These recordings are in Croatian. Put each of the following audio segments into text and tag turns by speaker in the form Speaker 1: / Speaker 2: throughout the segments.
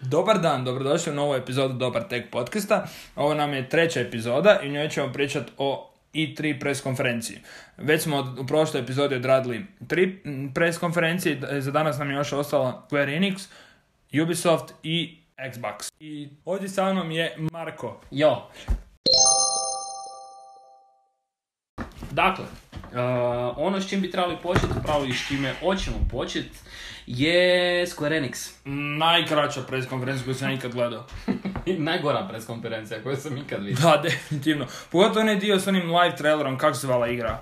Speaker 1: Dobar dan, dobrodošli u novu epizodu Dobar Tech podcasta. Ovo nam je treća epizoda i u njoj ćemo pričati o i3 pres konferenciji. Već smo od- u prošloj epizodi odradili tri mm, pres konferencije, d- za danas nam je još ostala Square Enix, Ubisoft i Xbox. I ovdje sa mnom je Marko.
Speaker 2: Jo,
Speaker 1: Dakle,
Speaker 2: e, ono s čim bi trebali početi, upravo i s čime hoćemo početi, je Square Enix.
Speaker 1: najkraća pres konferencija koju sam ja ikad gledao.
Speaker 2: Najgora preskonferencija koju sam ikad vidio.
Speaker 1: Da, definitivno. Pogotovo onaj dio s onim live trailerom, kako se zvala igra.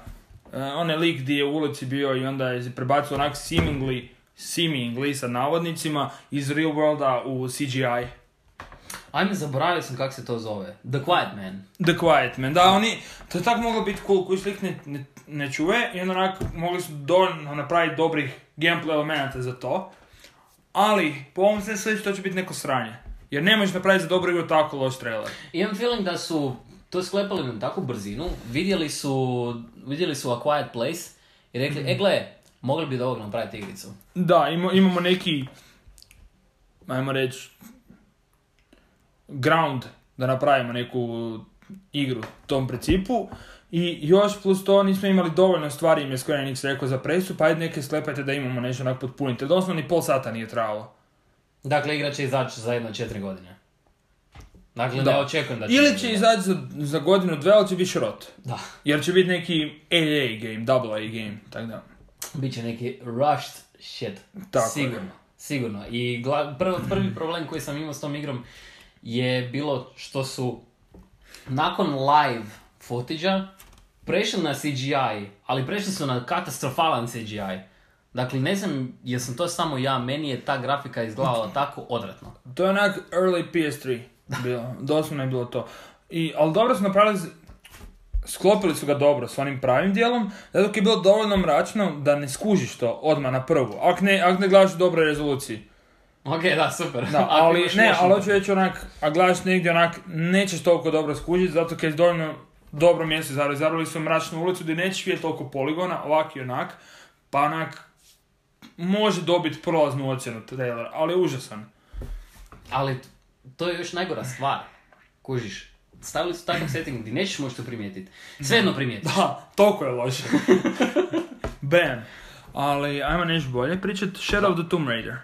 Speaker 1: E, onaj lik gdje je u ulici bio i onda je prebacio onak seemingly, seemingly sa navodnicima iz real worlda u CGI.
Speaker 2: Ajme, zaboravio sam kako se to zove. The Quiet Man.
Speaker 1: The Quiet Man, da oni, to je tako moglo biti cool, koji slik ne, ne, ne čuje i onda onak mogli su dovoljno napraviti dobrih gameplay elemenata za to. Ali, po ovom sve sljedeću to će biti neko sranje. Jer ne možeš napraviti za dobru igru tako loš trailer.
Speaker 2: Imam feeling da su to sklepali na takvu brzinu, vidjeli su, vidjeli su A Quiet Place i rekli, e gle, mogli bi od ovog napraviti igricu.
Speaker 1: Da, ima- imamo neki, ajmo reći, ground da napravimo neku igru tom principu. I još plus to nismo imali dovoljno stvari im je Square Enix rekao za presu, pa ajde neke sklepajte da imamo nešto onak potpunite. Doslovno ni pol sata nije trebalo.
Speaker 2: Dakle, igra će izaći za jedno četiri godine. Dakle,
Speaker 1: Da.
Speaker 2: ne očekujem da će...
Speaker 1: Ili će izaći za, za godinu, dve, ali će biti šrot.
Speaker 2: Da.
Speaker 1: Jer će biti neki AA game, double A game, tako da.
Speaker 2: Biće neki rushed shit.
Speaker 1: Tako je.
Speaker 2: sigurno. Sigurno. I gla- prv- prvi problem koji sam imao s tom igrom je bilo što su nakon live footage prešli na CGI, ali prešli su na katastrofalan CGI. Dakle, ne znam jesam to samo ja, meni je ta grafika izgledala tako odvratno.
Speaker 1: To je onak early PS3 bilo, doslovno je bilo to. I, ali dobro su napravili, z- sklopili su ga dobro s onim pravim dijelom, zato dok je bilo dovoljno mračno da ne skužiš to odmah na prvu, ak ne, ak ne gledaš u dobroj rezoluciji.
Speaker 2: Ok, da, super.
Speaker 1: Da,
Speaker 2: Ako
Speaker 1: ali
Speaker 2: imaš
Speaker 1: ne,
Speaker 2: motion
Speaker 1: ali
Speaker 2: control.
Speaker 1: hoću reći onak, a gledaš negdje onak, nećeš toliko dobro skužiti, zato kad je dovoljno dobro mjesto izabrali, izabrali su mračnu ulicu gdje nećeš vidjeti toliko poligona, ovak i onak, pa onak, može dobiti prolaznu ocjenu trailer, ali je užasan.
Speaker 2: Ali t- to je još najgora stvar. Kužiš. Stavili su takav setting gdje nećeš moći to primijetiti. Svejedno primijetiš.
Speaker 1: Da, toliko je loše. Bam. Ali, ajmo nešto bolje pričat, Shadow of the Tomb Raider.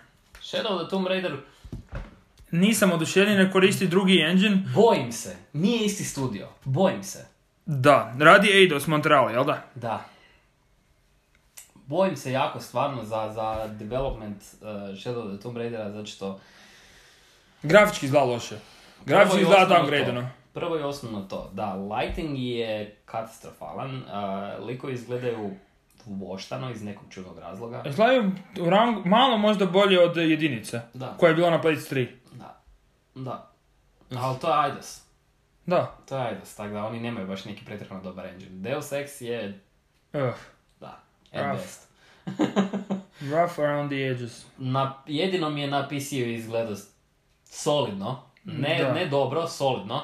Speaker 2: Shadow of the Tomb Raider,
Speaker 1: Nisam oduševljen ne koristi drugi engine.
Speaker 2: bojim se, nije isti studio, bojim se,
Speaker 1: Da, radi Eidos Montreal, jel da?
Speaker 2: da. Bojim se jako stvarno za, za development uh, Shadow of the Tomb Raidera, zato što...
Speaker 1: Grafički izgleda loše.
Speaker 2: prvo
Speaker 1: Grafički
Speaker 2: i
Speaker 1: izgleda
Speaker 2: osnovno
Speaker 1: downgradeno.
Speaker 2: to- Prvo i osnovno to, da, lighting je katastrofalan, uh, likovi izgledaju voštano iz nekog čudnog razloga.
Speaker 1: Izgledaju E, u rangu, malo možda bolje od jedinice,
Speaker 2: Da.
Speaker 1: koja je bila na PlayStation 3.
Speaker 2: Da, da. Ali to je Eidos.
Speaker 1: Da.
Speaker 2: To je Eidos, tako da oni nemaju baš neki pretjerano dobar engine. Deus Ex je,
Speaker 1: Ugh.
Speaker 2: da,
Speaker 1: Rough.
Speaker 2: at best.
Speaker 1: Rough around the edges.
Speaker 2: Na, jedino mi je na PC-u izgledao s- solidno. Ne,
Speaker 1: Da.
Speaker 2: ne dobro, solidno.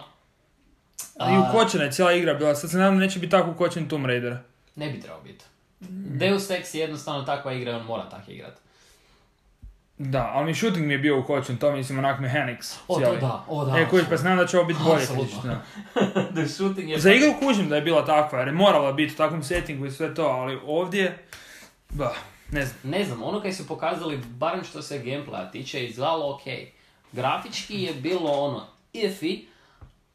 Speaker 1: I ukočena je cijela igra bila, sad se nadam da neće biti tako ukočen Tomb Raider.
Speaker 2: Ne bi trebao biti.
Speaker 1: Mm.
Speaker 2: Deus Ex je jednostavno takva igra i on mora tak igrat.
Speaker 1: Da, ali mi shooting mi je bio ukočen, to mislim onak mechanics.
Speaker 2: O, to
Speaker 1: cijeli.
Speaker 2: da, o da.
Speaker 1: E, kužiš, pa znam da će ovo biti bolje.
Speaker 2: Apsolutno.
Speaker 1: fizički, da.
Speaker 2: The shooting je...
Speaker 1: Za igru kužim da je bila takva, jer je morala biti u takvom settingu i sve to, ali ovdje, ba, ne znam.
Speaker 2: Ne znam, ono kaj su pokazali, barem što se gameplaya tiče, izgledalo ok. Grafički je bilo ono, iffy,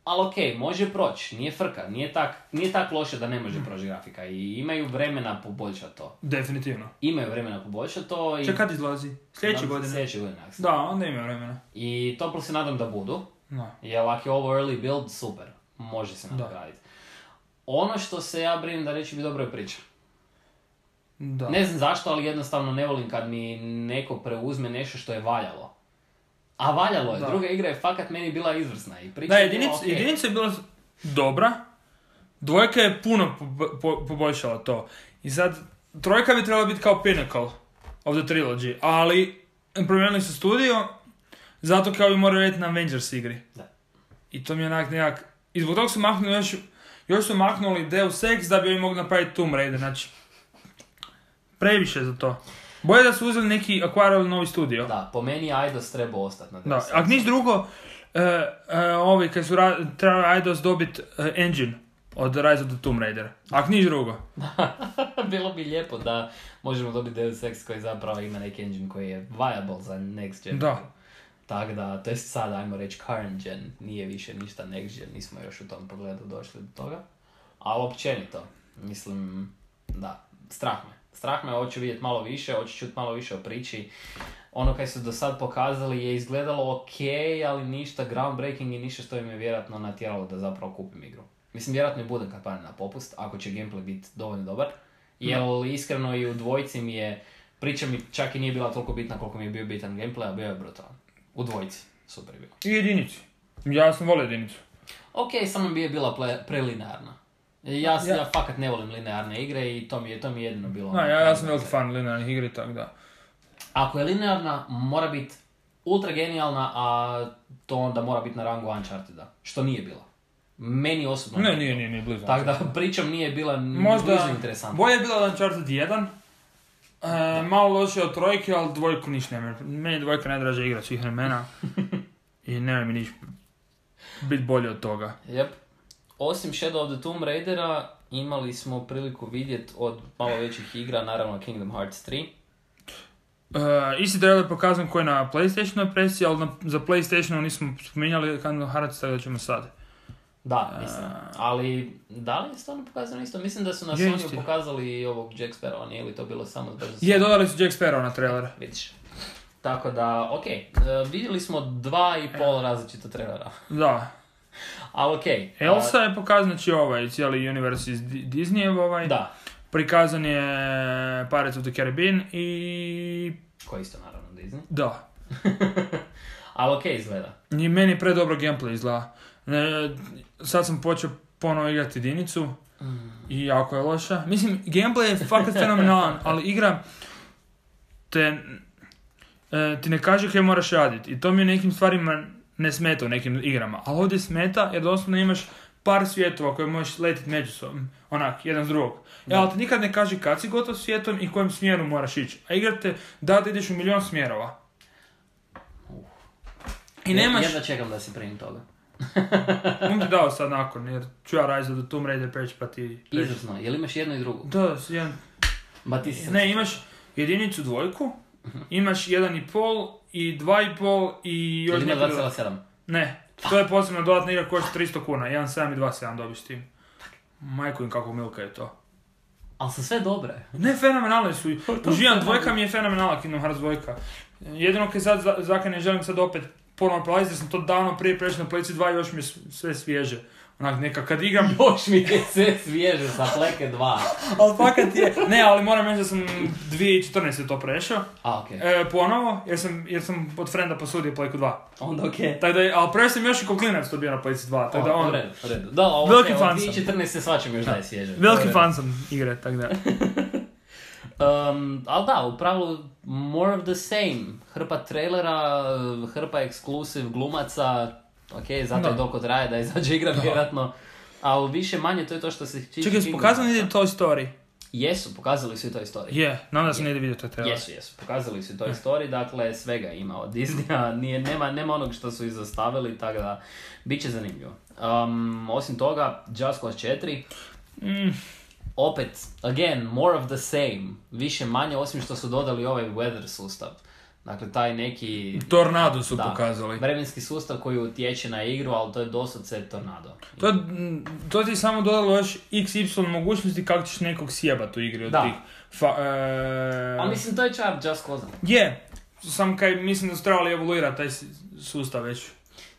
Speaker 2: ali ok, može proći, nije frka, nije tak, nije tak loše da ne
Speaker 1: Mm.
Speaker 2: može proći grafika i imaju vremena poboljšati to.
Speaker 1: Definitivno.
Speaker 2: Imaju vremena poboljšati to i...
Speaker 1: Čekaj, kad izlazi? Sljedeće
Speaker 2: Nadam se
Speaker 1: godine.
Speaker 2: Sljedeće godine, ako se-
Speaker 1: Da, onda ima vremena.
Speaker 2: I toplo se nadam da budu,
Speaker 1: Da.
Speaker 2: jer ako je ovo early build, super, može se nadograditi. Ono što se ja brinem da neće biti dobra je priča.
Speaker 1: Da.
Speaker 2: Ne znam zašto, ali jednostavno ne volim kad mi neko preuzme nešto što je valjalo. A valjalo je,
Speaker 1: Da.
Speaker 2: druga igra je fakat meni bila izvrsna i priča
Speaker 1: Da,
Speaker 2: je bila
Speaker 1: jedinica,
Speaker 2: okej.
Speaker 1: jedinica je bila s- dobra, dvojka je puno po- po- poboljšala to. I sad, trojka bi trebala biti kao pinnacle of the trilogy, ali promijenili su studio, zato kao bi morali raditi na Avengers igri.
Speaker 2: Da.
Speaker 1: I to mi je onak nekak... I zbog toga su maknuli još... Još su maknuli Deus Ex da bi oni mogli napraviti Tomb Raider, znači... Previše za to. Bolje da su uzeli neki akvarel novi studio.
Speaker 2: Da, po meni Aidos treba ostati na
Speaker 1: Da,
Speaker 2: 97.
Speaker 1: ako niš drugo, e, e, ovi kad su ra- trebali Eidos dobit e, engine od Rise of the Tomb Raider. Ako niš drugo.
Speaker 2: Bilo bi lijepo da možemo dobiti Deus Ex koji zapravo ima neki engine koji je viable za next gen.
Speaker 1: Da.
Speaker 2: Tako da, to je sad, ajmo reći, current gen, nije više ništa next gen, nismo još u tom pogledu došli do toga. Ali općenito, mislim, da, strah me. Strah me, hoću vidjeti malo više, hoću čuti malo više o priči. Ono kaj su do sad pokazali je izgledalo ok, ali ništa groundbreaking i ništa što im je vjerojatno natjeralo da zapravo kupim igru. Mislim, vjerojatno i budem kad padne na popust, ako će gameplay biti dovoljno dobar. Jer iskreno i u dvojci mi je, priča mi čak i nije bila toliko bitna koliko mi je bio bitan gameplay, a bio je brutalan. U dvojici, super je bio.
Speaker 1: I jedinici. Ja sam volio jedinicu.
Speaker 2: Ok, samo bi je bila ple- prelinearna. Ja, s-
Speaker 1: Ja.
Speaker 2: ja. fakat ne volim linearne igre i to mi je, to mi je jedino bilo.
Speaker 1: No,
Speaker 2: ono-
Speaker 1: ja, ja sam veliki fan linearnih igri, tako da.
Speaker 2: Ako je linearna, mora biti ultra genijalna, a to onda mora biti na rangu Uncharteda, što nije bila. Meni osobno
Speaker 1: Ne, nije, nije, nije blizu.
Speaker 2: Tako da pričam nije bila ni
Speaker 1: Možda,
Speaker 2: blizu interesantna.
Speaker 1: bolje je bilo od Uncharted 1, e, malo loše od trojke, ali dvojku niš ne Meni je dvojka najdraža igra svih vremena. I ne mi niš bit bolje od toga.
Speaker 2: Jep. Osim Shadow of the Tomb Raidera, imali smo priliku vidjeti od malo većih igra, naravno Kingdom Hearts 3.
Speaker 1: Uh, isti trailer pokazan koji je na Playstationu presi, ali na, za Playstationu nismo spominjali Kingdom Hearts, tako da ćemo sad.
Speaker 2: Da, mislim. Ali, da li je stvarno pokazano isto? Mislim da su na
Speaker 1: Je,
Speaker 2: Sony
Speaker 1: isto je.
Speaker 2: pokazali i ovog Jack Sparrowa, nije li to bilo samo baš za
Speaker 1: Je, dodali su Jack Sparrow na trailer.
Speaker 2: Vidiš. Tako da, ok, vidjeli smo dva i
Speaker 1: E.
Speaker 2: pol različita trailera.
Speaker 1: Da.
Speaker 2: Ali ok.
Speaker 1: Elsa je pokazan, znači ovaj cijeli universe iz Di- Disneyov ovaj.
Speaker 2: Da,
Speaker 1: Prikazan je Pirates of the Caribbean i...
Speaker 2: koji isto naravno Disney.
Speaker 1: Da.
Speaker 2: Ali ok izgleda.
Speaker 1: I meni je predobro gameplay izgleda. E, sad sam počeo ponovo igrati jedinicu. I jako je loša. Mislim, gameplay je fakat fenomenalan, ali igra te, e, ti ne kaže kaj moraš raditi. I to mi u nekim stvarima ne smeta u nekim igrama. Ali ovdje smeta jer doslovno imaš par svijetova koje možeš letiti među sobom. Onak, jedan s drugog. E, ali ti nikad ne kaže kad si gotov s svijetom i kojem smjeru moraš ići. A igra te da da ideš u milion smjerova. I nemaš...
Speaker 2: Jedva čekam da se primim toga.
Speaker 1: Bum ti dao sad nakon, jer ću ja Rise of the Tomb Raider preći pa ti... preći.
Speaker 2: Izvrsno, jel imaš jedno i drugo?
Speaker 1: Da, s- jedan
Speaker 2: Ma ti si...
Speaker 1: Ne, imaš jedinicu dvojku, imaš jedan i pol i dva i pol i još
Speaker 2: Jel ima
Speaker 1: neki dodat-
Speaker 2: 2,7?
Speaker 1: Ne, to je posebno dodatna igra koja košta 300 kuna, 1.7 i 2.7 dobiš s tim. Majko im kako milka je to.
Speaker 2: Ali su sve dobre.
Speaker 1: Ne, fenomenalne su. Uživam, dvojka mi je fenomenalna Kingdom Hearts dvojka. Jedino kaj sad, za- zakaj ne želim sad opet ponovno prolaziti, jer sam to davno prije prešao na Playci 2 i još mi je s- sve svježe. Onak neka kad igram,
Speaker 2: Još mi je sve svježe sa Pleke 2.
Speaker 1: ali fakat je, ne, ali moram reći da sam 2014. to prešao,
Speaker 2: A, okej.
Speaker 1: e, ponovo, jer sam, jer sam od frenda posudio Playku 2.
Speaker 2: Onda okej.
Speaker 1: Tako da, je- ali prvi sam još i kao klinac to bio na Playci 2, tako da
Speaker 2: O,
Speaker 1: on...
Speaker 2: u redu, u redu. Da, ovo
Speaker 1: Veliki
Speaker 2: Veliki od
Speaker 1: fan sam.
Speaker 2: 2014. svačam još da je svježe. U
Speaker 1: Veliki
Speaker 2: redu.
Speaker 1: fan sam igre, tako da.
Speaker 2: Um, ali da, u pravilu more of the same. Hrpa trailera, hrpa ekskluziv glumaca. Ok, zato
Speaker 1: Da.
Speaker 2: je doko traje da izađe igra vjerojatno. Ali više manje to je to što se tiče
Speaker 1: Čekaj, su
Speaker 2: Kingdom
Speaker 1: pokazani ide
Speaker 2: Heartsa.
Speaker 1: Toy Story?
Speaker 2: Jesu, pokazali su i to istoriju.
Speaker 1: Je, no onda sam ne ide vidio taj trailer.
Speaker 2: Jesu, jesu. Pokazali su i Toy Story, dakle svega ima od Disneya, nije, nema, nema onog što su izostavili, tako da bit će zanimljivo. Um, osim toga, Just Cause 4,
Speaker 1: Mm,
Speaker 2: opet, again, more of the same, više manje, osim što su dodali ovaj weather sustav. Dakle, taj neki...
Speaker 1: tornado su
Speaker 2: da,
Speaker 1: pokazali.
Speaker 2: Vremenski sustav koji utječe na igru, ali to je doslovce tornado.
Speaker 1: To, mm, to ti je samo dodalo još xy mogućnosti kako ćeš nekog sjebat u igri od
Speaker 2: Da.
Speaker 1: tih. Fa, e,
Speaker 2: Ali mislim, to je čar Just Cause.
Speaker 1: Je, sam kaj mislim da su trebali evoluirati taj s- sustav već.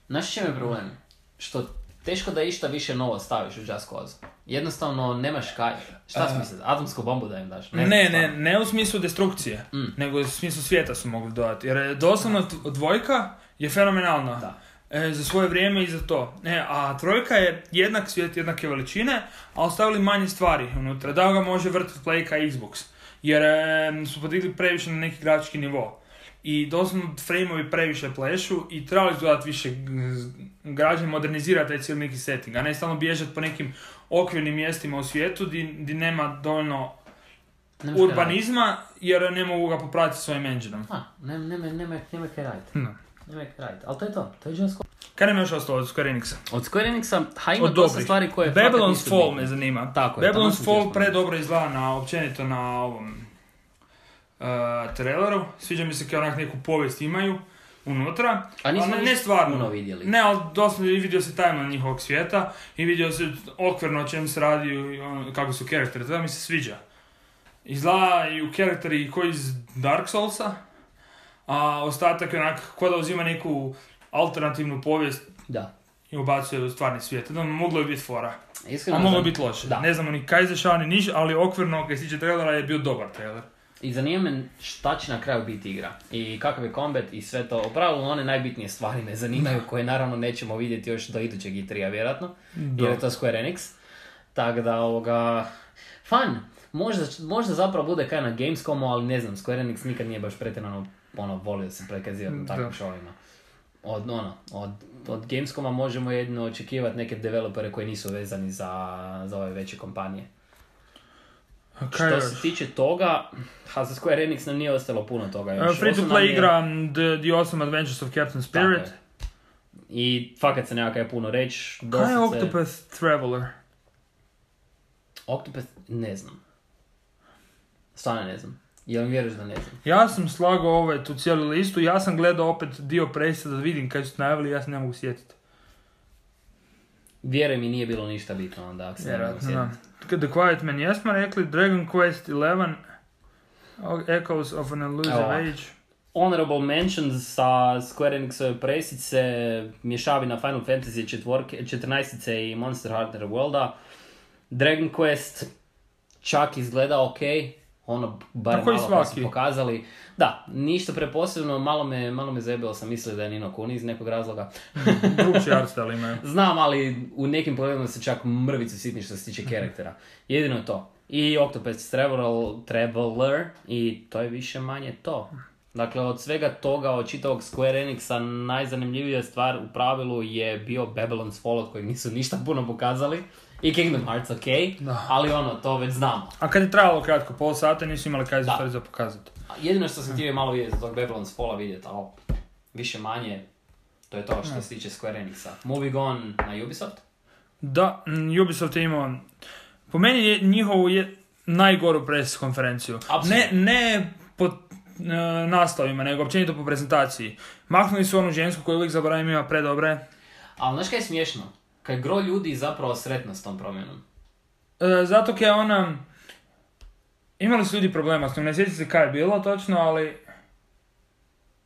Speaker 2: Znaš čem je problem? Što teško da išta više novo staviš u Just Cause. Jednostavno nemaš kaj. Šta smo mislili? Atomsku bombu da im daš? znam
Speaker 1: Ne, ne,
Speaker 2: stvarno. Mm.
Speaker 1: ne u smislu destrukcije, nego u smislu svijeta su mogli dodati. Jer je doslovno t- dvojka je fenomenalna.
Speaker 2: Da.
Speaker 1: E, za svoje vrijeme i za to. E, a trojka je jednak svijet jednake veličine, a ostavili manje stvari unutra. Da ga može vrtiti Playka i Xbox. Jer e, su podigli previše na neki grafički nivo. I doslovno frame-ovi previše plešu i trebali su dodati više građe, modernizirati taj cijeli neki setting, a ne stalno bježati po nekim okvirnim mjestima u svijetu di, di nema dovoljno
Speaker 2: Ne možeš kaj radit.
Speaker 1: urbanizma jer ne mogu ga popratiti svojim engineom.
Speaker 2: A, ne, ne, ne, ne, ne, kaj raditi.
Speaker 1: No.
Speaker 2: Ne, ne, kaj raditi. Ali to je to, to je Just Cause.
Speaker 1: Kaj nam je još ostalo od Square Enixa?
Speaker 2: Od Square Enixa, ha ima
Speaker 1: Od
Speaker 2: dosta
Speaker 1: dobrih.
Speaker 2: stvari koje fakat
Speaker 1: Dakle, Babylon's
Speaker 2: nisu
Speaker 1: Fall
Speaker 2: bitne.
Speaker 1: me zanima.
Speaker 2: Tako je, tamo
Speaker 1: Babylon's
Speaker 2: sam
Speaker 1: Fall
Speaker 2: htio
Speaker 1: predobro izgleda na, općenito na ovom uh, traileru. Sviđa mi se kao onak neku povijest imaju unutra.
Speaker 2: A nismo
Speaker 1: ali ne,
Speaker 2: ništa
Speaker 1: ne stvarno.
Speaker 2: puno vidjeli.
Speaker 1: Ne, ali doslovno i vidio se tajman njihovog svijeta i vidio se okvirno o čem se radi i on- kako su karakteri. To mi se sviđa. Izgleda i u karakteri koji iz Dark Soulsa, a ostatak je onak ko da uzima neku alternativnu povijest
Speaker 2: Da.
Speaker 1: i ubacuje u stvarni svijet. Da, moglo je biti fora.
Speaker 2: Iskreno,
Speaker 1: A moglo
Speaker 2: zan-
Speaker 1: biti loše.
Speaker 2: Da.
Speaker 1: Ne znamo ni kaj se dešava, ni niš, ali okvirno kaj se tiče trailera je bio dobar trailer.
Speaker 2: I zanima me šta će na kraju biti igra. I kakav je combat i sve to. U pravilu one najbitnije stvari me zanimaju koje naravno nećemo vidjeti još do idućeg E3-a vjerojatno. Jer je to Square Enix. Tako da ovoga... Fun! Možda, možda zapravo bude kaj na Gamescomu, ali ne znam, Square Enix nikad nije baš pretjerano ono, volio se prekazivati na takvim
Speaker 1: Da.
Speaker 2: šovima. Od, ono, od, od Gamescoma možemo jedino očekivati neke developere koji nisu vezani za, za ove veće kompanije.
Speaker 1: A Kaj
Speaker 2: Što
Speaker 1: još?
Speaker 2: se tiče toga, ha, za Square Enix nam nije ostalo puno toga
Speaker 1: E,
Speaker 2: još.
Speaker 1: Free to
Speaker 2: Osim nam
Speaker 1: play
Speaker 2: je-
Speaker 1: igra m, The, the Awesome Adventures of Captain
Speaker 2: Tako
Speaker 1: Spirit.
Speaker 2: je. I fakat se nema kaj puno reći.
Speaker 1: Kaj je
Speaker 2: dosta se-
Speaker 1: Octopath Traveler?
Speaker 2: Octopath? Ne znam. Stvarno ne znam. Jel mi vjeruješ da ne znam?
Speaker 1: Ja sam slagao ovaj tu cijelu listu, ja sam gledao opet dio presjeda da vidim kaj su najavili, ja se ne mogu sjetiti.
Speaker 2: Vjeruj mi, nije bilo ništa bitno onda, ako se ne mogu
Speaker 1: Vjerojatno,
Speaker 2: sjetiti.
Speaker 1: da. K- The Quiet Man jesmo rekli, Dragon Quest 11, o- Echoes of an Illusive
Speaker 2: Evo ovak.
Speaker 1: Age.
Speaker 2: Honorable mentions sa Square Enixove presice, mješavina Final Fantasy četvorke, 14 i Monster Hunter Worlda, Dragon Quest čak izgleda ok, ono bar
Speaker 1: Tako i
Speaker 2: malo kad su
Speaker 1: svaki.
Speaker 2: pokazali. Da, ništa preposebno, malo me, malo me zajebilo sam mislio da je Nino Kuni iz nekog razloga.
Speaker 1: Drugči artstyle imaju.
Speaker 2: Znam, ali u nekim pogledima se čak mrvicu sitni što se tiče karaktera. Jedino je to. I Octopath Traveler, Traveler i to je više manje to. Dakle, od svega toga, od čitavog Square Enixa, najzanimljivija stvar u pravilu je bio Babylon's Fall, od kojeg nisu ništa puno pokazali. I Kingdom Hearts, ok, ali ono, to već znamo.
Speaker 1: A kad je trajalo kratko, pol sata, nisu imali kaj za
Speaker 2: Da.
Speaker 1: stvari za pokazati.
Speaker 2: A Jedino što sam htio je malo vidjeti od tog Babylon's Falla vidjeti, ali više manje, to je to što se tiče Square Enixa. Moving on na Ubisoft.
Speaker 1: Da, mm, Ubisoft je imao... Po meni je njihovu je najgoru pres konferenciju. Ne,
Speaker 2: Apsolutno.
Speaker 1: ne po e, naslovima, nego općenito po prezentaciji. Maknuli su onu žensku koju uvijek zaboravim ima predobre. E,
Speaker 2: Ali znaš kaj je smiješno? Kaj gro ljudi zapravo sretno s tom promjenom.
Speaker 1: E, zato kaj je ona... Imali su ljudi problema s tom, ne sjećam se kaj je bilo točno, ali...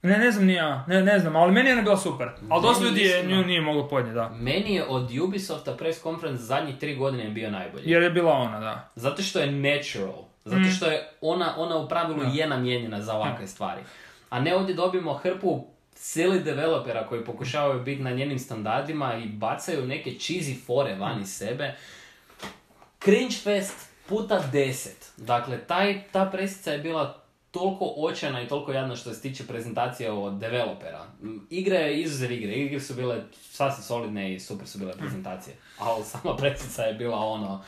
Speaker 1: Ne, ne znam ni ja, ne, ne znam, ali meni je ona bila super. Ali dosta
Speaker 2: Meni
Speaker 1: ljudi je,
Speaker 2: iskreno.
Speaker 1: nju nije moglo podnijeti, da.
Speaker 2: Meni je od Ubisofta press conference zadnjih tri godine bio najbolji.
Speaker 1: Jer je bila ona, da.
Speaker 2: Zato što je natural. Zato što je ona, ona u pravilu je namijenjena za ovakve stvari. A ne ovdje dobijemo hrpu cijeli developera koji pokušavaju biti na njenim standardima i bacaju neke cheesy fore van iz sebe. Cringe fest puta 10. Dakle, taj, ta presica je bila toliko očajna i toliko jadna što se tiče prezentacije od developera. M, Igra je izuzev igre, igre su bile sasvim solidne i super su bile prezentacije. Ali sama presica je bila ono,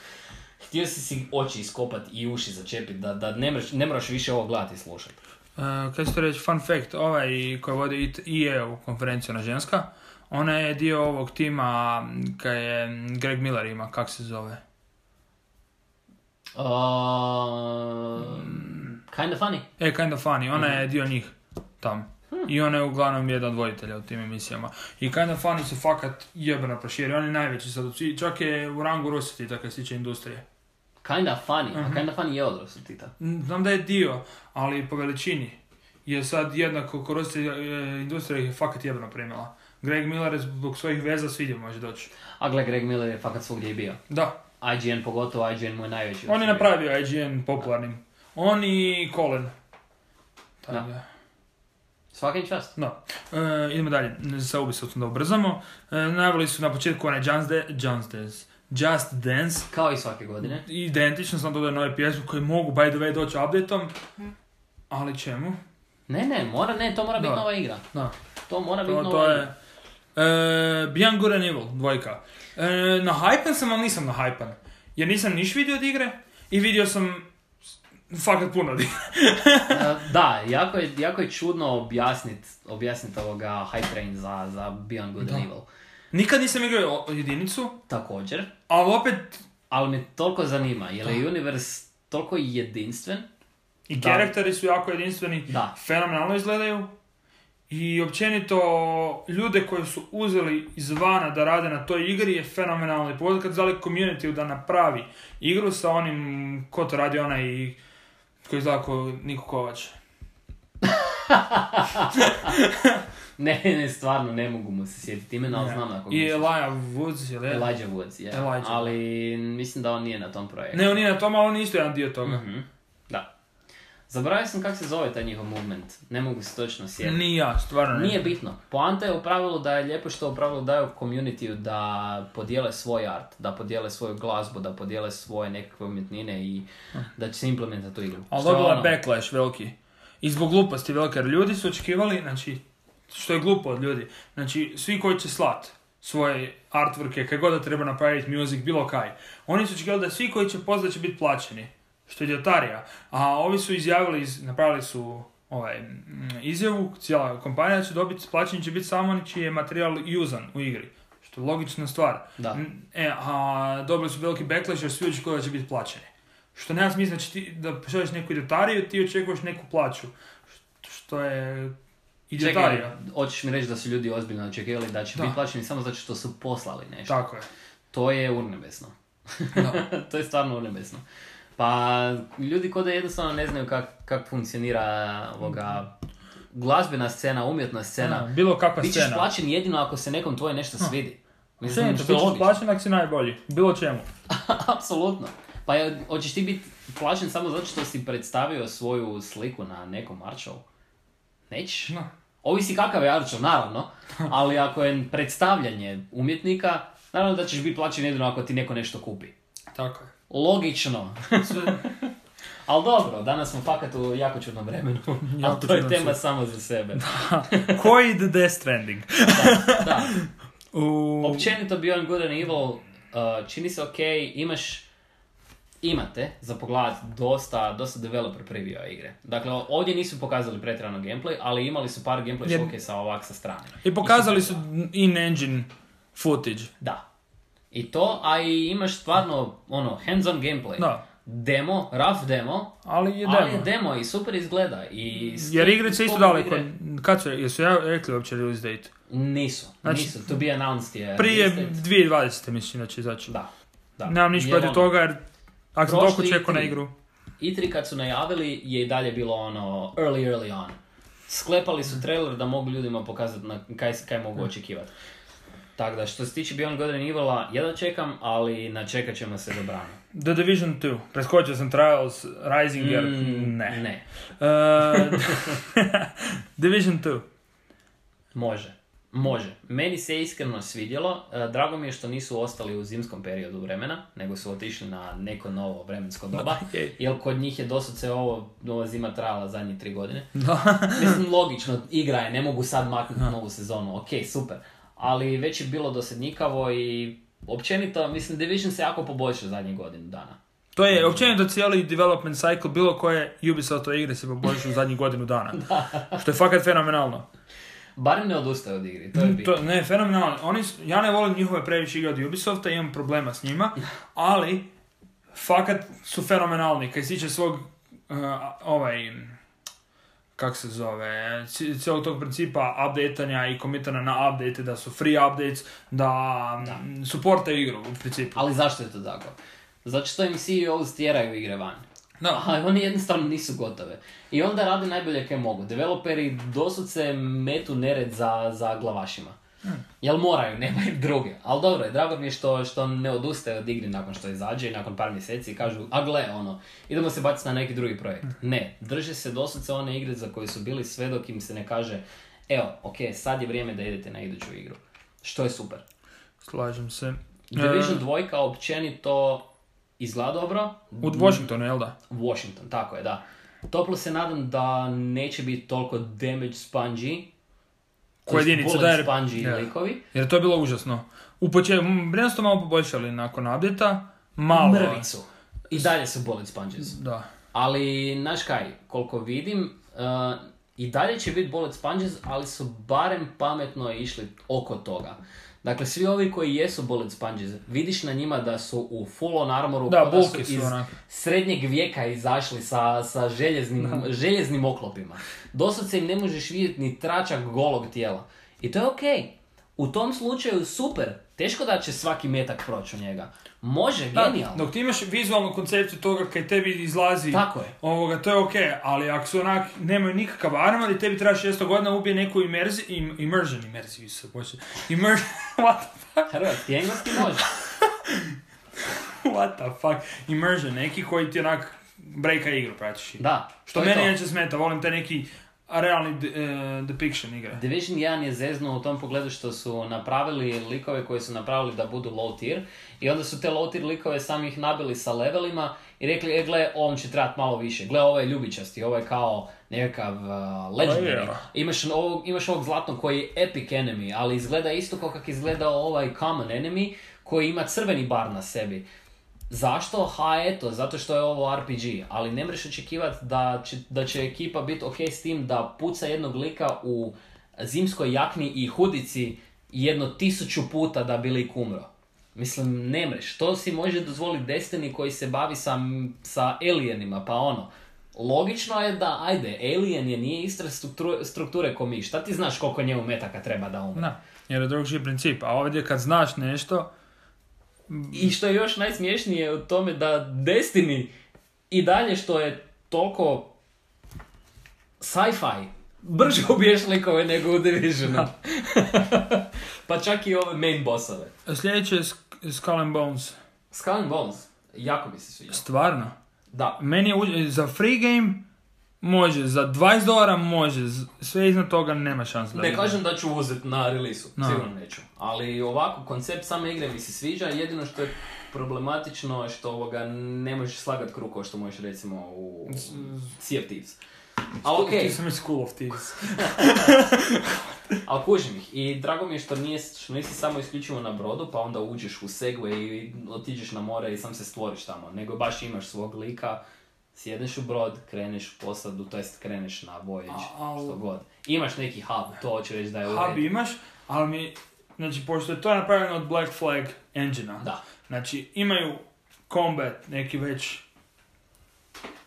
Speaker 2: Htio si si oči iskopat i uši začepit, da, da ne, mreš, ne moraš više ovo gledati i slušat.
Speaker 1: E, kaj ste reći, fun fact, ovaj koji vodi EA u konferenciju na ženska, ona je dio ovog tima m, kaj je m, Greg Miller ima, kak se zove.
Speaker 2: Um, kinda funny.
Speaker 1: E, kind of funny, ona je dio njih tam. I ona je uglavnom jedan od voditelja u tim emisijama. I kind of funny su fakat jebeno proširi, on je najveći sad, u svi- čak je u rangu Rusiti, tako se tiče industrije.
Speaker 2: Kinda funny,
Speaker 1: Mhm.
Speaker 2: a kinda funny je odrasl Tita.
Speaker 1: M, Znam da je dio, ali po veličini je sad jednako koristiti, industrija ih je fakat jebeno primila. Greg Miller je zbog svojih veza svidje može doći.
Speaker 2: A gle, Greg Miller je fakat svugdje i bio.
Speaker 1: Da,
Speaker 2: IGN pogotovo, IGN mu je najveći.
Speaker 1: On je napravio IGN popularnim. On i Colin. Tako
Speaker 2: Da.
Speaker 1: da.
Speaker 2: Svakim čast.
Speaker 1: Da. E, idemo dalje, sa Ubisoftom da ubrzamo. E, najavili su na početku onaj Just, Da- Just Dance. Just Dance.
Speaker 2: Kao i svake godine.
Speaker 1: Identično sam dodao nove pjesme koje mogu by the way doći update-om. Ali čemu?
Speaker 2: Ne, ne, mora, ne, to mora biti
Speaker 1: Da.
Speaker 2: nova igra.
Speaker 1: Da.
Speaker 2: To mora biti
Speaker 1: To,
Speaker 2: nova
Speaker 1: to
Speaker 2: igra.
Speaker 1: je... E, Beyond Good and Evil, dvojka. E, na hypen sam, ali nisam na hypen. Jer nisam niš vidio od igre i vidio sam fakat puno dina.
Speaker 2: E, da, jako je, jako je čudno objasniti objasnit ovoga High Train za, za Beyond Good and Evil.
Speaker 1: Nikad nisam igrao o- jedinicu,
Speaker 2: Također,
Speaker 1: ali opet
Speaker 2: ali me toliko zanima, jer je Universe toliko jedinstven.
Speaker 1: i
Speaker 2: Da.
Speaker 1: karakteri su jako jedinstveni,
Speaker 2: Da.
Speaker 1: fenomenalno izgledaju. I općenito ljude koji su uzeli izvana da rade na toj igri je fenomenalno. I pogotovo kad zali community da napravi igru sa onim ko to radi onaj i koji izgleda kao Niko Kovač.
Speaker 2: Ne, ne, stvarno ne mogu mu se sjetiti imena, ali znam na koga
Speaker 1: I
Speaker 2: misliš.
Speaker 1: Elijah Woods, je li?
Speaker 2: Elijah Woods, je.
Speaker 1: Elijah.
Speaker 2: Ali mislim da on nije na tom projektu.
Speaker 1: Ne, on nije na tom, ali on je isto jedan dio toga.
Speaker 2: Mhm, Da. Zaboravio sam kako se zove taj njihov movement. Ne mogu se točno sjetiti.
Speaker 1: Ni ja, stvarno ne.
Speaker 2: Nije bitno. Poanta je u pravilu da je lijepo što u pravilu daju community da podijele svoj art, da podijele svoju glazbu, da podijele svoje nekakve umjetnine i da će se implementati u igru.
Speaker 1: Ali
Speaker 2: Što je
Speaker 1: dobila
Speaker 2: ono-
Speaker 1: backlash veliki. I zbog gluposti velike, jer ljudi su očekivali, znači, što je glupo od ljudi, znači, svi koji će slat svoje artworke, kaj god da treba napraviti, music, bilo kaj, oni su očekivali da svi koji će pozvati će biti plaćeni, što je idiotarija. A ovi su izjavili, iz- napravili su ovaj, mm, izjavu, cijela kompanija će dobiti, plaćeni će biti samo oni čiji je materijal usan u igri. Što je logična stvar.
Speaker 2: Da.
Speaker 1: N- E, a dobili su veliki backlash jer svi očekuju da će biti plaćeni. Što nema smisla znači ti, da pošalješ neku idiotariju, ti očekuješ neku plaću. Š- Što je idiotarija.
Speaker 2: Čekaj, hoćeš mi reći da su ljudi ozbiljno očekivali da će
Speaker 1: Da.
Speaker 2: biti plaćeni samo zato što su poslali nešto.
Speaker 1: Tako je.
Speaker 2: To je urnebesno.
Speaker 1: Da.
Speaker 2: to je stvarno urnebesno. Pa ljudi kod da jednostavno ne znaju kako kak funkcionira ovoga
Speaker 1: Mm.
Speaker 2: glazbena scena, umjetna scena.
Speaker 1: bilo kakva
Speaker 2: Bićeš
Speaker 1: scena.
Speaker 2: plaćen jedino ako se nekom tvoje nešto svidi. Mislim,
Speaker 1: Općenito,
Speaker 2: što je
Speaker 1: bit ćeš
Speaker 2: logično.
Speaker 1: plaćen ako si najbolji. Bilo čemu.
Speaker 2: Apsolutno. Pa je- hoćeš ti biti plaćen samo zato što si predstavio svoju sliku na nekom art show? Nećeš?
Speaker 1: Da.
Speaker 2: Ovisi kakav je art show, naravno. Ali ako je predstavljanje umjetnika, naravno da ćeš biti plaćen jedino ako ti neko nešto kupi.
Speaker 1: Tako je.
Speaker 2: Logično.
Speaker 1: Sve-
Speaker 2: Ali dobro, danas smo fakat u jako čudnom vremenu. Ali
Speaker 1: Jako
Speaker 2: to je
Speaker 1: čudnom
Speaker 2: tema samo za sebe.
Speaker 1: Koji ide Death Stranding?
Speaker 2: Da.
Speaker 1: U...
Speaker 2: Općenito Beyond Good and Evil uh, čini se ok, imaš imate za pogledat dosta, dosta developer preview igre. Dakle, ovdje nisu pokazali pretjerano gameplay, ali imali su par gameplay
Speaker 1: Jer-
Speaker 2: showcase ovak sa strane.
Speaker 1: I pokazali su in-engine footage.
Speaker 2: Da. I to, a i imaš stvarno ono, hands-on gameplay.
Speaker 1: Da.
Speaker 2: Demo, rough demo,
Speaker 1: Ali je
Speaker 2: ali je
Speaker 1: demo.
Speaker 2: demo i super izgleda. I
Speaker 1: Jer
Speaker 2: skip-
Speaker 1: igrice isto
Speaker 2: skop
Speaker 1: daleko.
Speaker 2: igre-
Speaker 1: Kad su, jesu ja rekli uopće release date?
Speaker 2: Nisu,
Speaker 1: Znači-
Speaker 2: nisu. To be announced je.
Speaker 1: Prije
Speaker 2: release date.
Speaker 1: 2020. mislim da će izaći.
Speaker 2: Da. da.
Speaker 1: Nemam ništa
Speaker 2: Jer
Speaker 1: protiv
Speaker 2: ono,
Speaker 1: toga jer ako sam
Speaker 2: Prošli
Speaker 1: toliko čekao na
Speaker 2: tri.
Speaker 1: igru.
Speaker 2: E3 kad su najavili je i dalje bilo ono early early on. Sklepali su trailer da mogu ljudima pokazati na kaj, kaj mogu
Speaker 1: Mm.
Speaker 2: očekivati. Tako da što se tiče Beyond Good and Evil-a, ja da čekam, ali načekat ćemo se dobrano.
Speaker 1: The Division 2. Preskočio sam Trials Rising jer
Speaker 2: Mm,
Speaker 1: ne.
Speaker 2: Ne,
Speaker 1: E, Division 2.
Speaker 2: može. Može. Meni se iskreno svidjelo. e, Drago mi je što nisu ostali u zimskom periodu vremena, nego su otišli na neko novo vremensko doba.
Speaker 1: je.
Speaker 2: Jer kod njih je doslovce ovo, ova zima trajala zadnje tri godine.
Speaker 1: Da.
Speaker 2: Mislim, logično, igra je, ne mogu sad maknuti novu sezonu, ok, super. Ali već je bilo dosadnjikavo i općenito, mislim, Division se jako poboljšao zadnjih godinu dana.
Speaker 1: To je općenito cijeli development cycle bilo koje Ubisoftove igre se poboljšaju u zadnjih godinu dana. Što je fakat fenomenalno.
Speaker 2: Barem ne odustaje od igri, to je bitno.
Speaker 1: To, ne, fenomenalno. Oni, su- ja ne volim njihove previše igre od Ubisofta, imam problema s njima, ali fakat su fenomenalni. Kaj se tiče svog, uh, ovaj, kak se zove, ci- cijelog tog principa updatanja i komitana na update, da su free updates, da, mm, suportaju igru u principu.
Speaker 2: Ali zašto je to tako? Zato što im CEO stjeraju igre van.
Speaker 1: Da.
Speaker 2: A oni jednostavno nisu gotove. I onda rade najbolje kaj mogu. Developeri dosudce metu nered za, za glavašima. Jel moraju, nemaju druge. Ali dobro, je, drago mi je što, što ne odustaje od igre nakon što izađe i nakon par mjeseci i kažu, a gle, ono, idemo se baciti na neki drugi projekt. Ne, drže se dosudce one igre za koje su bili sve dok im se ne kaže, evo, ok, sad je vrijeme da idete na iduću igru. Što je super.
Speaker 1: Slažem se.
Speaker 2: Division 2 općenito izgleda dobro,
Speaker 1: E, u Washingtonu, jel da?
Speaker 2: Washington, tako je, da. Toplo se nadam da neće biti toliko damage spongy. to
Speaker 1: Ko
Speaker 2: jest
Speaker 1: jedinica,
Speaker 2: bullet
Speaker 1: da, jer-
Speaker 2: spongy
Speaker 1: da.
Speaker 2: likovi.
Speaker 1: Jer to je bilo užasno. U početku, breno su to malo poboljšali nakon update-a, malo.
Speaker 2: Mrvicu. I dalje su bullet sponges.
Speaker 1: Da.
Speaker 2: Ali, znaš kaj, koliko vidim, eh, i dalje će biti bolet sponges, ali su barem pametno išli oko toga. Dakle, svi ovi koji jesu bolet sponges, vidiš na njima da su u full on armoru,
Speaker 1: Da,
Speaker 2: kao da su
Speaker 1: bulki su
Speaker 2: iz
Speaker 1: onak.
Speaker 2: srednjeg vijeka izašli sa, sa željeznim, željeznim oklopima. Doslovce im ne možeš vidjeti ni tračak golog tijela. I to je okej. U tom slučaju super. Teško da će svaki metak proći u njega. Može, genijalno.
Speaker 1: Dok ti imaš vizualnu koncepciju toga kaj tebi izlazi,
Speaker 2: Tako je.
Speaker 1: ovoga, to je ok, ali ako su onak, nemaju nikakav armor i tebi treba 600 godina ubije neku imerzi, im, immersion, imerziju se počne, immersion, what the fuck,
Speaker 2: Hrvatski, engleski može.
Speaker 1: what the fuck, immersion neki koji ti onak brejka igru praktički.
Speaker 2: Da.
Speaker 1: Što
Speaker 2: to je
Speaker 1: meni
Speaker 2: to.
Speaker 1: neće smeta, volim te neki realni de- e, depiction igre.
Speaker 2: Division 1 je zeznuo u tom pogledu što su napravili likove koje su napravili da budu low tier i onda su te low tier likove sami ih nabili sa levelima i rekli, e gle, ovom će trebati malo više, gle, ovo je ljubičasti, ovo je kao nekakav uh, legendary.
Speaker 1: Pa
Speaker 2: Imaš ovog, imaš ovog zlatnog koji je epic enemy, ali izgleda isto kao kak izgleda ovaj common enemy koji ima crveni bar na sebi. Zašto? Ha, eto, zato što je ovo RPG, ali ne mreš očekivati da će, da će ekipa biti ok s tim da puca jednog lika u zimskoj jakni i hudici jedno tisuću puta da bi lik umro. Mislim, ne mreš. To si može dozvoliti Destiny koji se bavi sa, sa alienima, pa ono. Logično je da, ajde, alien je nije iste strukture, strukture ko mi. Šta ti znaš koliko njemu metaka treba da umre?
Speaker 1: Da, jer je drugčiji princip, a ovdje kad znaš nešto,
Speaker 2: I što je još najsmiješnije u tome da Destiny i dalje što je toliko sci-fi, brže ubiješ likove nego u Divisionu. pa čak i ove main bossove.
Speaker 1: sljedeće je Sk- Skull and Bones,
Speaker 2: Skull and Bones, jako mi se sviđa.
Speaker 1: stvarno.
Speaker 2: Da,
Speaker 1: Meni je uđe- za free game može, za 20 dolara može, z- sve iznad toga nema šanse. da
Speaker 2: ne
Speaker 1: vidim.
Speaker 2: kažem da ću uzeti na release
Speaker 1: No.
Speaker 2: sigurno neću. Ali ovako, koncept same igre mi se sviđa, jedino što je problematično je što ovoga ne možeš slagat kruh kao što možeš recimo u Sea of Thieves. A okej,
Speaker 1: Ti sam iz School of Thieves.
Speaker 2: Ali kužim ih i drago mi je što, nije, što nisi samo isključivo na brodu pa onda uđeš u Segway i otiđeš na more i sam se stvoriš tamo, nego baš imaš svog lika, sjedneš u brod, kreneš u posadu, to jest kreneš na voyage,
Speaker 1: A- al-
Speaker 2: što god. Imaš neki hub, to hoću reći da je u
Speaker 1: Hub
Speaker 2: redu.
Speaker 1: imaš, ali mi, znači, pošto je to napravljeno od Black Flag engine
Speaker 2: Da.
Speaker 1: znači, imaju combat neki već,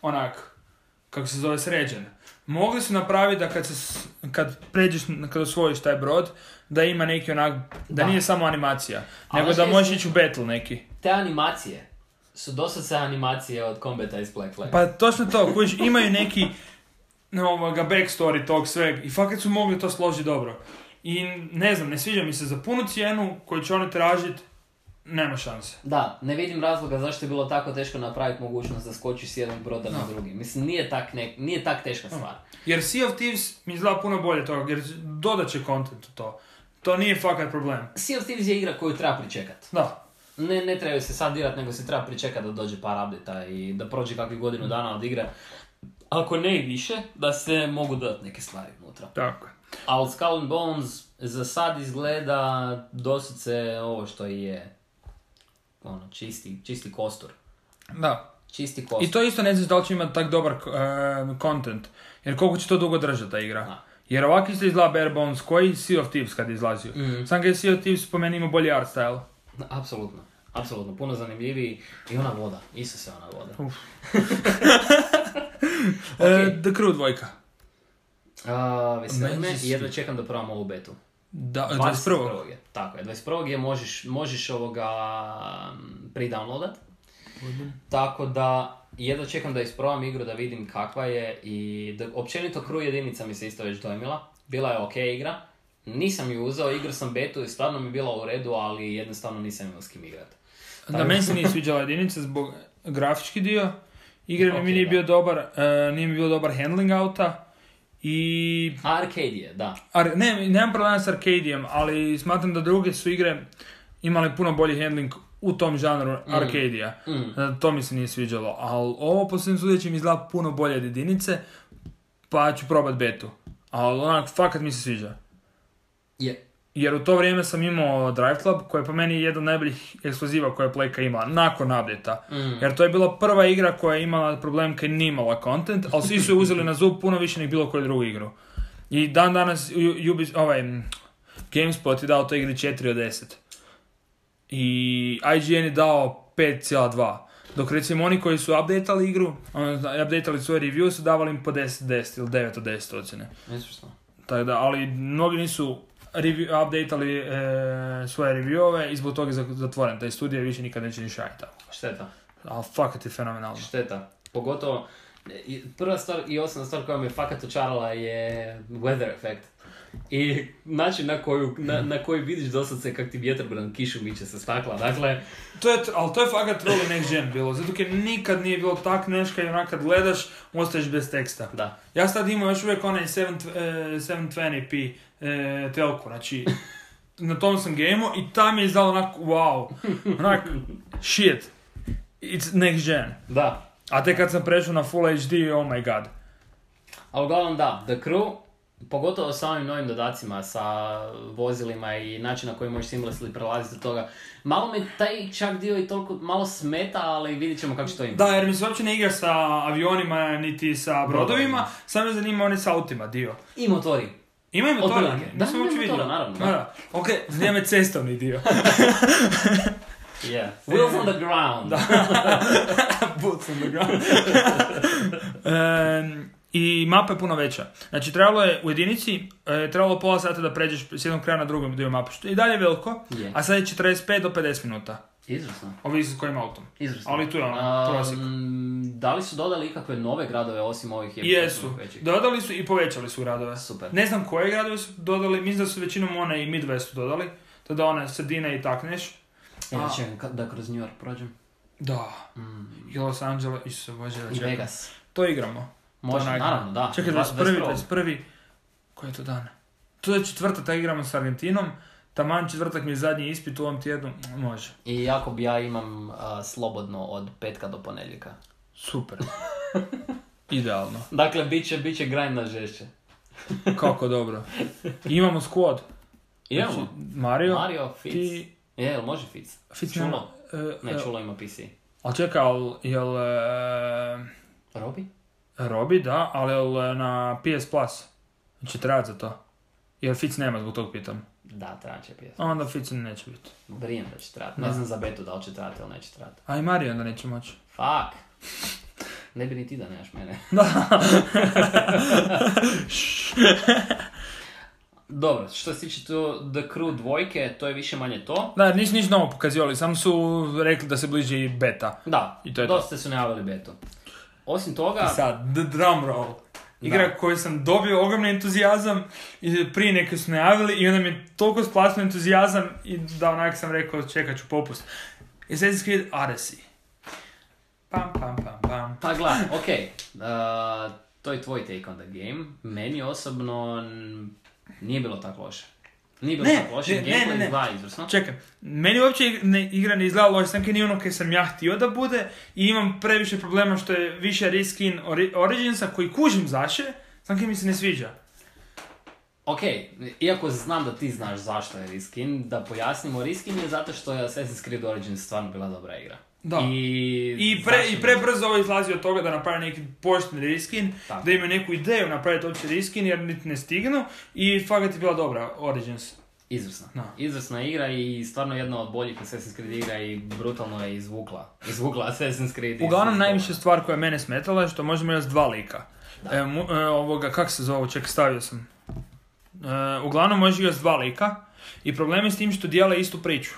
Speaker 1: onak, kako se zove, sređen. Mogli su napraviti da kad, se, s- kad pređeš, kad osvojiš taj brod, da ima neki onak, da,
Speaker 2: Da.
Speaker 1: nije samo animacija,
Speaker 2: A
Speaker 1: nego
Speaker 2: znaš
Speaker 1: da
Speaker 2: kaj je
Speaker 1: možeš ići u battle neki.
Speaker 2: Te animacije su doslovce animacije od kombeta iz Black Flag.
Speaker 1: Pa točno to, kužiš, imaju neki no, ovoga, backstory tog sveg i fakat su mogli to složiti dobro. I ne znam, ne sviđa mi se za punu cijenu koju će oni tražiti, nema šanse.
Speaker 2: Da, ne vidim razloga zašto je bilo tako teško napraviti mogućnost da skočiš s jednog broda na drugi. Mislim, nije tak, ne, nije tak teška stvar.
Speaker 1: Jer Sea of Thieves mi izgleda puno bolje toga, jer dodat će content u to. To nije fakat problem.
Speaker 2: Sea of Thieves je igra koju treba pričekat.
Speaker 1: Da,
Speaker 2: Ne, ne trebaju se sad dirat, nego se treba pričekati da dođe par updata i da prođe kakvih godinu dana od igre. Ako ne i više, da se mogu dodati neke stvari unutra.
Speaker 1: tako je.
Speaker 2: Ali Skull and Bones za sad izgleda doslovce ovo što je ono, čisti, čisti kostur.
Speaker 1: Da.
Speaker 2: Čisti
Speaker 1: I
Speaker 2: kostur.
Speaker 1: to isto ne znaš da li će imati tak dobar eh, content. Jer koliko će to dugo držati ta igra.
Speaker 2: Da.
Speaker 1: Jer ovako isto izgleda Bare Bones koji Sea of Thieves kad je izlazio. Sam ga je Sea of Thieves po meni imao bolji art style.
Speaker 2: Apsolutno. Apsolutno, puno zanimljiviji i ona voda, Isuse ona voda.
Speaker 1: E, The Crew dvojka.
Speaker 2: A, veseli me
Speaker 1: Meni se
Speaker 2: i jedva čekam da probam ovu betu.
Speaker 1: Da, 21.
Speaker 2: 21. je. Tako je, 21. je možeš, možeš ovoga mm, pre-downloadat. Tako da jedva čekam da isprobam igru da vidim kakva je i da, općenito crew jedinica mi se isto već dojmila. Bila je ok igra. Nisam ju uzeo, igrao sam betu i stvarno mi je bila u redu, ali jednostavno nisam imao s kim igrati.
Speaker 1: Da, meni se nije sviđala jedinica zbog grafički dio. Igre mi
Speaker 2: Ok,
Speaker 1: nije
Speaker 2: da.
Speaker 1: bio dobar, e, nije mi bio dobar handling auta. I...
Speaker 2: Arcade je, da.
Speaker 1: Ar, ne, nemam problema s Arcadijem, ali smatram da druge su igre imale puno bolji handling u tom žanru
Speaker 2: Mm.
Speaker 1: Arcadija. E, To mi se nije sviđalo, ali ovo po svim sudećim izgleda puno bolje od jedinice, pa ću probat betu. Ali onak, fakat mi se sviđa.
Speaker 2: Je.
Speaker 1: jer u to vrijeme sam imao Drive Club koji je po meni jedan od najboljih ekskluziva koje je Playka imala, nakon update Jer to je bila prva igra koja je imala problem kaj nije imala content, ali svi su je uzeli na zub puno više nego bilo koju drugu igru. I dan danas Ju- Ubis, ovaj, mm, GameSpot je dao toj igri 4 od 10. I IGN je dao 5,2. Dok recimo oni koji su updateali igru, ono, updateali svoje review su davali im po 10-10 ili 9 od 10 ocjene.
Speaker 2: Nesvrstno.
Speaker 1: Tako da, ali mnogi nisu review, updateali e, svoje reviewove i zbog toga je za- zatvoren. Taj studij više nikad neće ni šajiti tamo.
Speaker 2: Šteta.
Speaker 1: Ali fakat je fenomenalno.
Speaker 2: Ono. Šteta. Pogotovo, i- prva stvar i osnovna stvar koja me fakat očarala je weather effect. I način na, koju, na, na koji vidiš doslovce kak ti vjetrobran kišu miče sa stakla. Dakle,
Speaker 1: To je, tr- ali to je fakat truly next gen bilo, zato kaj nikad nije bilo tak neška i onak kad gledaš, ostaješ bez teksta.
Speaker 2: da.
Speaker 1: Ja sad imam još uvijek onaj 7, tv- e, 720p e, telku, znači na tom sam gameu i tam je izdalo onak wow, onak shit, it's next gen.
Speaker 2: Da.
Speaker 1: A te kad sam prešao na Full HD, oh my god.
Speaker 2: Ali uglavnom da, The Crew, pogotovo sa ovim novim dodacima, sa vozilima i način na koji možeš seamlessly prelaziti do toga. Malo me taj čak dio i toliko malo smeta, ali vidit ćemo kako će to imati.
Speaker 1: Da, jer mi se uopće ne igra sa avionima, niti sa brodovima, samo me zanima onaj sa autima dio.
Speaker 2: I motori.
Speaker 1: Ima i motora,
Speaker 2: Otprilike. Da,
Speaker 1: nisam
Speaker 2: ima i
Speaker 1: uopće
Speaker 2: motora,
Speaker 1: vidio.
Speaker 2: naravno.
Speaker 1: Ma da. Ok, zanima me cestovni dio.
Speaker 2: Yeah. Wheels on the ground. Da.
Speaker 1: Boots on the ground. Em, I mapa je puno veća. Znači, trebalo je u jedinici, e, trebalo je pola sata da pređeš s jednog kraja na drugom dio mape, što je i dalje veliko,
Speaker 2: Je.
Speaker 1: a sad je 45 do 50 minuta.
Speaker 2: Izvrsno.
Speaker 1: Ovisi s kojim autom.
Speaker 2: Izvrsno.
Speaker 1: Ali tu je ono,
Speaker 2: Am,
Speaker 1: prosjek.
Speaker 2: Da li su dodali ikakve nove gradove osim ovih jebutih
Speaker 1: Jesu.
Speaker 2: većih?
Speaker 1: Dodali su i povećali su gradove.
Speaker 2: Super.
Speaker 1: Ne znam koje gradove su dodali, mislim da su većinom one i Midwest dodali. Tada one sredine i takneš.
Speaker 2: Ja
Speaker 1: A-
Speaker 2: čekam ka- da kroz New York prođem.
Speaker 1: Da.
Speaker 2: Mm,
Speaker 1: I Los Angeles, Isuse Bože, da
Speaker 2: I
Speaker 1: čekam.
Speaker 2: Vegas.
Speaker 1: To igramo.
Speaker 2: Može,
Speaker 1: naj-
Speaker 2: naravno, da.
Speaker 1: Čekaj,
Speaker 2: Dva-
Speaker 1: 21.
Speaker 2: 21..
Speaker 1: 21. Koji je to dan? To je četvrtak, tak igramo s Argentinom. Taman četvrtak mi je zadnji ispit u ovom tjednu. Može.
Speaker 2: I jako bi ja imam a, slobodno od petka do ponedjeljka.
Speaker 1: Super. Idealno.
Speaker 2: Dakle, bit će, bit će grinda žešće.
Speaker 1: Kako dobro. I imamo squad.
Speaker 2: Idemo.
Speaker 1: Znači, Mario.
Speaker 2: Mario, Fitz.
Speaker 1: ti-
Speaker 2: Je, jel može Fitz?
Speaker 1: Fitz
Speaker 2: Čulo.
Speaker 1: nema- e,
Speaker 2: Ne,
Speaker 1: e,
Speaker 2: čulo ima PC.
Speaker 1: ali čekaj, ali jel... e,
Speaker 2: Robi?
Speaker 1: Robi, da, ali jel e, na PS Plus? Će trebat za to. Jer Fitz nema, zbog tog pitam.
Speaker 2: Da, trebat će PS.
Speaker 1: A Onda Fitz neće biti.
Speaker 2: Brinem da će trebati. Ne znam za betu da li će trebati ili neće trebati.
Speaker 1: A i Mario onda neće moći.
Speaker 2: Fuck. Ne bi ni ti da nemaš mene. Dobro, što se tiče tu The Crew dvojke, to je više manje to.
Speaker 1: Da, nisu ništa novo pokazivali, samo su rekli da se bliži i beta.
Speaker 2: Da,
Speaker 1: I to je to.
Speaker 2: dosta su najavili betu. Osim toga...
Speaker 1: I sad, The Drum Roll. Igra
Speaker 2: Da.
Speaker 1: koju sam dobio ogromni entuzijazam i prije neke su najavili i onda mi je toliko splasno entuzijazam i da onak sam rekao čekat ću popust. Assassin's Creed Odyssey. Pam, pam, pam, pam.
Speaker 2: Pa gledaj, ok, to je tvoj take on the game. Meni osobno n- nije bilo tako loše. Nije bilo
Speaker 1: Ne,
Speaker 2: tako loše,
Speaker 1: ne, ne, ne,
Speaker 2: gameplay
Speaker 1: ne.
Speaker 2: izgleda izvrsno.
Speaker 1: Čekaj, meni uopće ig- ne, igra ne izgleda loše, sam kaj nije ono kaj sam ja htio da bude i imam previše problema što je više reskin Ori- Originsa koji kužim zaše, sam kaj mi se ne sviđa.
Speaker 2: Ok, iako znam da ti znaš zašto je Riskin, da pojasnimo, Riskin je zato što je Assassin's Creed Origins stvarno bila dobra igra.
Speaker 1: Da.
Speaker 2: I,
Speaker 1: I, pre,
Speaker 2: zašto-
Speaker 1: I prebrzo ovo izlazi od toga da naprave neki pošten reskin,
Speaker 2: Tako.
Speaker 1: da imaju neku ideju napraviti uopće reskin jer niti ne stignu i fakat je bila dobra Origins.
Speaker 2: Izvrsna.
Speaker 1: Da.
Speaker 2: Izvrsna igra i stvarno jedna od boljih Assassin's Creed igra i brutalno je izvukla. Izvukla Assassin's Creed. iz-
Speaker 1: Uglavnom
Speaker 2: iz-
Speaker 1: najviše stvar koja je mene smetala je što možemo imati dva lika. E, mu- e, ovoga, kak se zove, ček, stavio sam. E, uglavnom možeš igrati s dva lika i problem je s tim što dijele istu priču.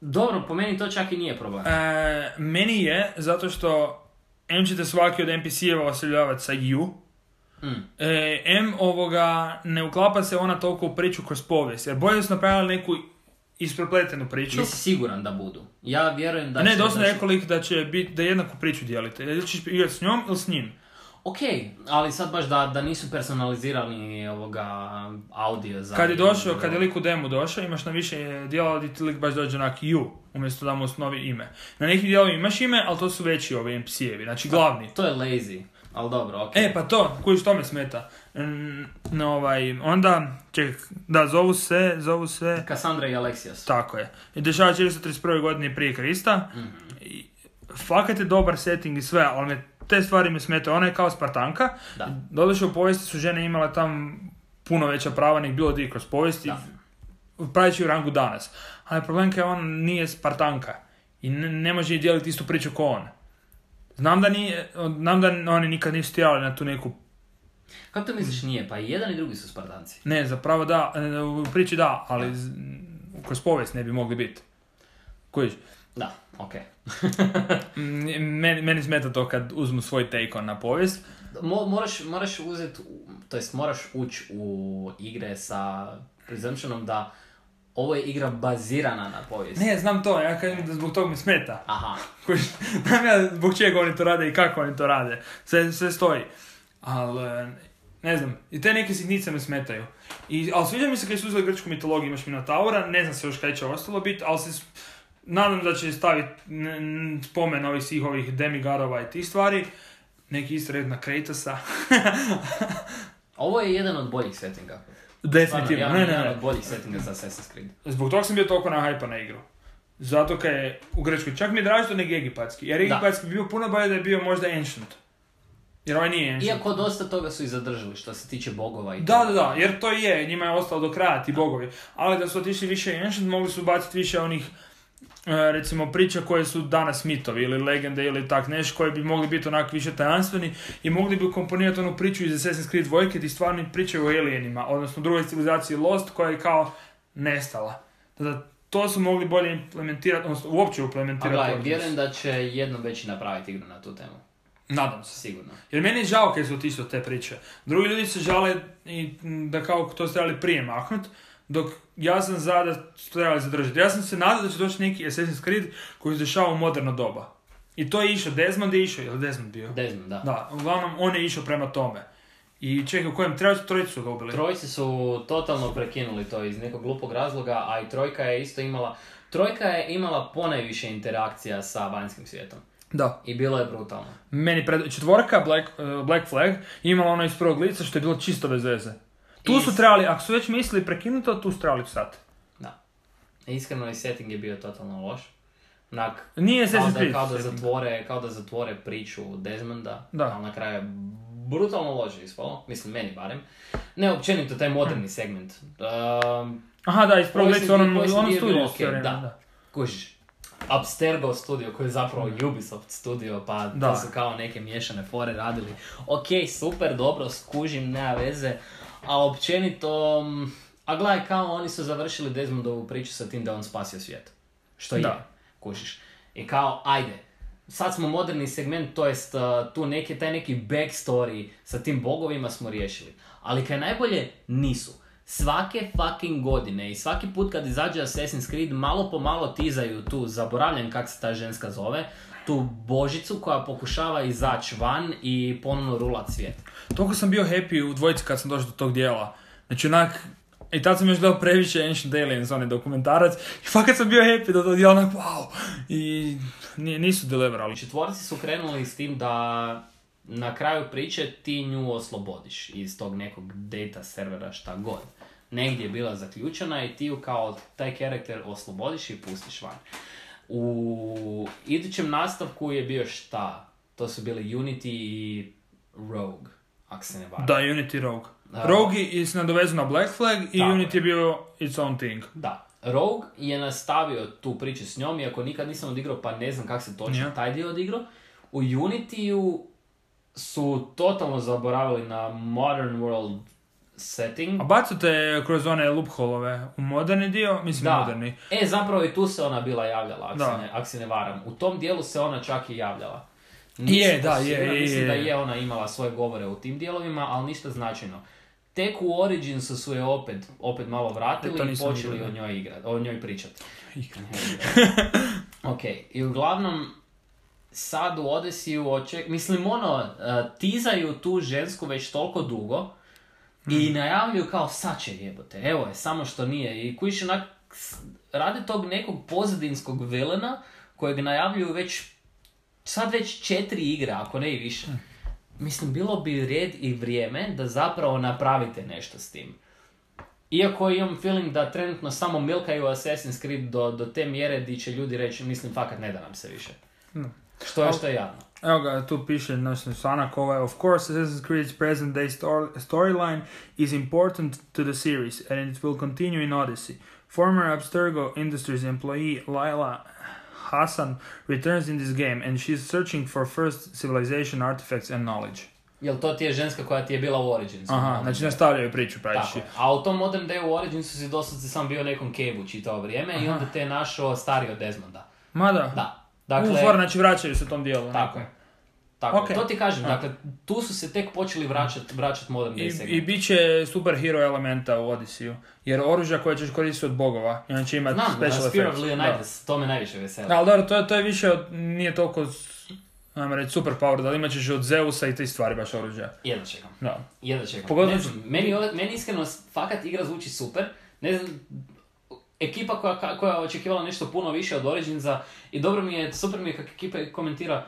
Speaker 2: Dobro, po meni to čak i nije problem.
Speaker 1: E, meni je, zato što M ćete svaki od NPC-eva osiljavati sa U,
Speaker 2: Mm.
Speaker 1: E, M ovoga, ne uklapa se ona toliko u priču kroz povijest, jer bolje su napravili neku isprepletenu priču.
Speaker 2: Jesi siguran da budu? Ja vjerujem da
Speaker 1: ne,
Speaker 2: će...
Speaker 1: dosta
Speaker 2: da će-
Speaker 1: je lik da će biti, da jednaku priču dijelite. Ili ćeš igrati s njom ili s njim.
Speaker 2: Ok, ali sad baš da, da nisu personalizirani ovoga audio za...
Speaker 1: Kad je došao, kad je lik u demu došao, imaš na više dijela gdje ti lik baš dođe onak you, umjesto da mu osnovi ime. Na nekim dijelovima imaš ime, ali to su veći ovi NPC-evi, znači glavni.
Speaker 2: To je lazy. Ali dobro, okej.
Speaker 1: E, pa to, koji što me smeta. Mm, no, ovaj, onda, ček, da, zovu se, zovu se,
Speaker 2: Kassandra i Alexias.
Speaker 1: tako je. I dešava se 431. godine prije Krista.
Speaker 2: Mhm.
Speaker 1: I, fakat je dobar setting i sve, ali me, te stvari me smetaju. Ona je kao Spartanka.
Speaker 2: Da.
Speaker 1: Doduše u povijesti su žene imale tam puno veća prava nek bilo di kroz povijest. i
Speaker 2: Da.
Speaker 1: Pravit će ju u rangu danas. Ali problem je on nije Spartanka. I ne, ne može i dijeliti istu priču ko on. Znam da, nije, znam da oni nikad nisu tjerali na tu neku
Speaker 2: Kako to misliš nije? Pa i jedan i drugi su Spartanci.
Speaker 1: Ne, zapravo da, e, u priči da, ali z- kroz povijest ne bi mogli biti. Kužiš?
Speaker 2: Da, okej.
Speaker 1: M- Mm, Meni, meni smeta to kad uzmu svoj take on na povijest.
Speaker 2: Mo- moraš, moraš uzeti, to jest moraš ući u igre sa presumptionom da ovo je igra bazirana na povijest.
Speaker 1: Ne, znam to, ja kažem da zbog toga mi smeta.
Speaker 2: Aha,
Speaker 1: Kužiš? Znam ja zbog čega oni to rade i kako oni to rade. Sve, sve stoji. Ali, e, ne znam, i te neke sitnice me smetaju. I, ali sviđa mi se kad su uzeli grčku mitologiju, imaš Minotaura, ne znam se još kaj će ostalo biti, ali se s- nadam da će staviti spomen ovih svih ovih demigarova i tih stvari. Neki istred na Kratasa.
Speaker 2: ovo je jedan od boljih settinga.
Speaker 1: Definitivno,
Speaker 2: Stvarno,
Speaker 1: ne,
Speaker 2: jedan,
Speaker 1: ne,
Speaker 2: jedan
Speaker 1: ne.
Speaker 2: od boljih settinga za Assassin's Creed.
Speaker 1: Zbog toga sam bio toliko nahajpa na igru. Zato kad je u Grčkoj, čak mi je draže to nego egipatski, jer egipatski bi bio puno bolje da je bio možda ancient. Jer ovaj nije ancient.
Speaker 2: Iako dosta toga su i zadržali što se tiče bogova i
Speaker 1: Da, da, da, jer to je, njima je ostalo do kraja ti bogovi. Ali da su otišli više i ancient, mogli su baciti više onih e, recimo priča koje su danas mitovi ili legende ili tak nešto koje bi mogli biti onak više tajanstveni i mogli bi komponirati onu priču iz Assassin's Creed 2 gdje stvarno pričaju o alienima, odnosno drugoj civilizaciji Lost koja je kao nestala. Da, to su mogli bolje implementirati, odnosno uopće
Speaker 2: A
Speaker 1: implementirati.
Speaker 2: gledaj,
Speaker 1: Origins.
Speaker 2: vjerujem da će jednom već i napraviti igru na tu temu.
Speaker 1: Nadam se.
Speaker 2: Sigurno.
Speaker 1: Jer meni je žao kad su otišli od te priče. Drugi ljudi se žale i m, da kao to ste trebali prije maknut, dok ja sam za da su trebali zadržati. Ja sam se nadao da će doći neki Assassin's Creed koji se dešava u moderno doba. I to je išao, Desmond je išao, je li Desmond bio?
Speaker 2: Desmond, da.
Speaker 1: Da, uglavnom on je išao prema tome. I čekaj, u kojem treću trojicu su dobili?
Speaker 2: Trojci su totalno prekinuli to iz nekog glupog razloga, a i trojka je isto imala... Trojka je imala ponajviše interakcija sa vanjskim svijetom.
Speaker 1: Da.
Speaker 2: I bilo je brutalno.
Speaker 1: Meni pred... četvorka, Black, eh, Black Flag, imala ono iz prvog lica što je bilo čisto bez veze. Tu
Speaker 2: I-
Speaker 1: su trebali, ako su već mislili prekinuti, to, tu su trebali sad.
Speaker 2: Da. Iskreno i setting je bio totalno loš. Onak,
Speaker 1: Nije
Speaker 2: kao
Speaker 1: Assassin's
Speaker 2: da,
Speaker 1: Creed.
Speaker 2: kao da
Speaker 1: setting.
Speaker 2: zatvore, kao da zatvore priču Desmonda,
Speaker 1: Da.
Speaker 2: ali na kraju je brutalno loše ispalo, mislim meni barem. Ne, općenito taj moderni segment. Um,
Speaker 1: Aha, da, iz prvog
Speaker 2: Povijest
Speaker 1: lica u onom,
Speaker 2: nije- povijest
Speaker 1: onom
Speaker 2: nije
Speaker 1: studiju.
Speaker 2: bilo okej,
Speaker 1: sve vrijeme,
Speaker 2: da. kužiš, Abstergo studio koji je zapravo Ubisoft studio, pa
Speaker 1: Da.
Speaker 2: to su kao neke miješane fore radili. Ok, super, dobro, skužim, nema veze, a općenito, mm, a gledaj, kao oni su završili Desmondovu priču sa tim da je on spasio svijet. Što je,
Speaker 1: Da.
Speaker 2: kužiš. I kao, ajde, sad smo moderni segment, to jest uh, tu neki, taj neki backstory sa tim bogovima smo riješili. Ali kaj je najbolje, nisu. Svake fucking godine i svaki put kad izađe Assassin's Creed malo po malo tizaju tu, zaboravljam kak se ta ženska zove, tu božicu koja pokušava izaći van i ponovno rulat svijet.
Speaker 1: Toliko sam bio happy u dvojici kad sam došao do tog dijela. Znači onak, i tad sam još gledao previše Ancient Aliens, onaj dokumentarac, i fakat sam bio happy do tog dijela, onak wow. I nije- nisu deliverali.
Speaker 2: Četvorci su krenuli s tim da na kraju priče ti nju oslobodiš iz tog nekog data servera šta god. Negdje je bila zaključena i ti ju kao taj karakter oslobodiš i pustiš van. U idućem nastavku je bio šta? To su bili Unity i Rogue, ako se ne varam.
Speaker 1: Da, Unity Rogue.
Speaker 2: Da.
Speaker 1: Rogue je se nadovezao na Black Flag i
Speaker 2: Tako je.
Speaker 1: Unity je bio its own thing.
Speaker 2: Da. Rogue je nastavio tu priču s njom, iako nikad nisam odigrao, pa ne znam kako se točno
Speaker 1: Ja.
Speaker 2: taj dio odigrao. U Unity-u su totalno zaboravili na modern world setting.
Speaker 1: A bacate kroz one loopholove u moderni dio, mislim
Speaker 2: Da.
Speaker 1: moderni.
Speaker 2: E, zapravo i tu se ona bila javljala, ako,
Speaker 1: Da.
Speaker 2: se ne, ak se ne varam. U tom dijelu se ona čak i javljala.
Speaker 1: Je,
Speaker 2: Nisam
Speaker 1: da, je,
Speaker 2: siguran,
Speaker 1: je,
Speaker 2: Mislim
Speaker 1: je.
Speaker 2: da je ona imala svoje govore u tim dijelovima, ali ništa značajno. Tek u Originsu su je opet, opet malo
Speaker 1: E, to
Speaker 2: vratili i
Speaker 1: nisam
Speaker 2: počeli
Speaker 1: vidio,
Speaker 2: o
Speaker 1: da.
Speaker 2: njoj, igrat, o njoj pričati. ok, i uglavnom sad u Odesiju oček... Mislim, ono, eh, tizaju tu žensku već toliko dugo
Speaker 1: Mm.
Speaker 2: i najavljuju kao sad će jebote, evo je, samo što nije. I kujiš onak, s- radi tog nekog pozadinskog
Speaker 1: Mm.
Speaker 2: vilena kojeg najavljuju već, sad već četiri igre, ako ne i više. mislim, bilo bi red i vrijeme da zapravo napravite nešto s tim. Iako imam feeling da trenutno samo milkaju Assassin's Creed do, do te mjere di će ljudi reći, mislim, fakat ne da nam se više.
Speaker 1: Mm.
Speaker 2: Što je što je jadno.
Speaker 1: Evo ga, tu piše naš članak ovaj. Of course, Assassin's Creed's present day stor- storyline is important to the series and it will continue in Odyssey. Former Abstergo Industries employee Laila Hassan returns in this game and she's searching for first civilization artifacts and knowledge.
Speaker 2: Jel to ti je ženska koja ti je bila u ono? Originsu?
Speaker 1: Aha, znači nastavljaju priču
Speaker 2: Tako.
Speaker 1: praktički.
Speaker 2: je. A u tom Modern Day u Originsu si doslovce sam bio u nekom cave-u čitao vrijeme i onda te je našao stari od Desmonda.
Speaker 1: Mada,
Speaker 2: Da.
Speaker 1: dakle,
Speaker 2: Dakle,
Speaker 1: u for, znači vraćaju se tom dijelu.
Speaker 2: tako je. Tako, je.
Speaker 1: Okej.
Speaker 2: to ti kažem, dakle, tu su se tek počeli vraćati vraćat Modern Day
Speaker 1: I,
Speaker 2: segment.
Speaker 1: I bit će superhero elementa u Odisiju. Jer oružja koje ćeš koristiti od bogova. I onda će imati
Speaker 2: Znam,
Speaker 1: special
Speaker 2: da, Spear of
Speaker 1: effects.
Speaker 2: Leonidas, to me najviše veseli.
Speaker 1: Da, ali dobro, to, je- to je više od, nije toliko, s- ajmo reći, super power, da imat ćeš od Zeusa i te stvari baš oružja.
Speaker 2: Jedno čekam,
Speaker 1: Da.
Speaker 2: jedno čekam.
Speaker 1: Pogotovo
Speaker 2: Ne
Speaker 1: što-
Speaker 2: znam, meni, ove- meni iskreno s- fakat igra zvuči super, ne znam, ekipa koja, ka- koja je očekivala nešto puno više od Originsa i dobro mi je, super mi je kako ekipa komentira,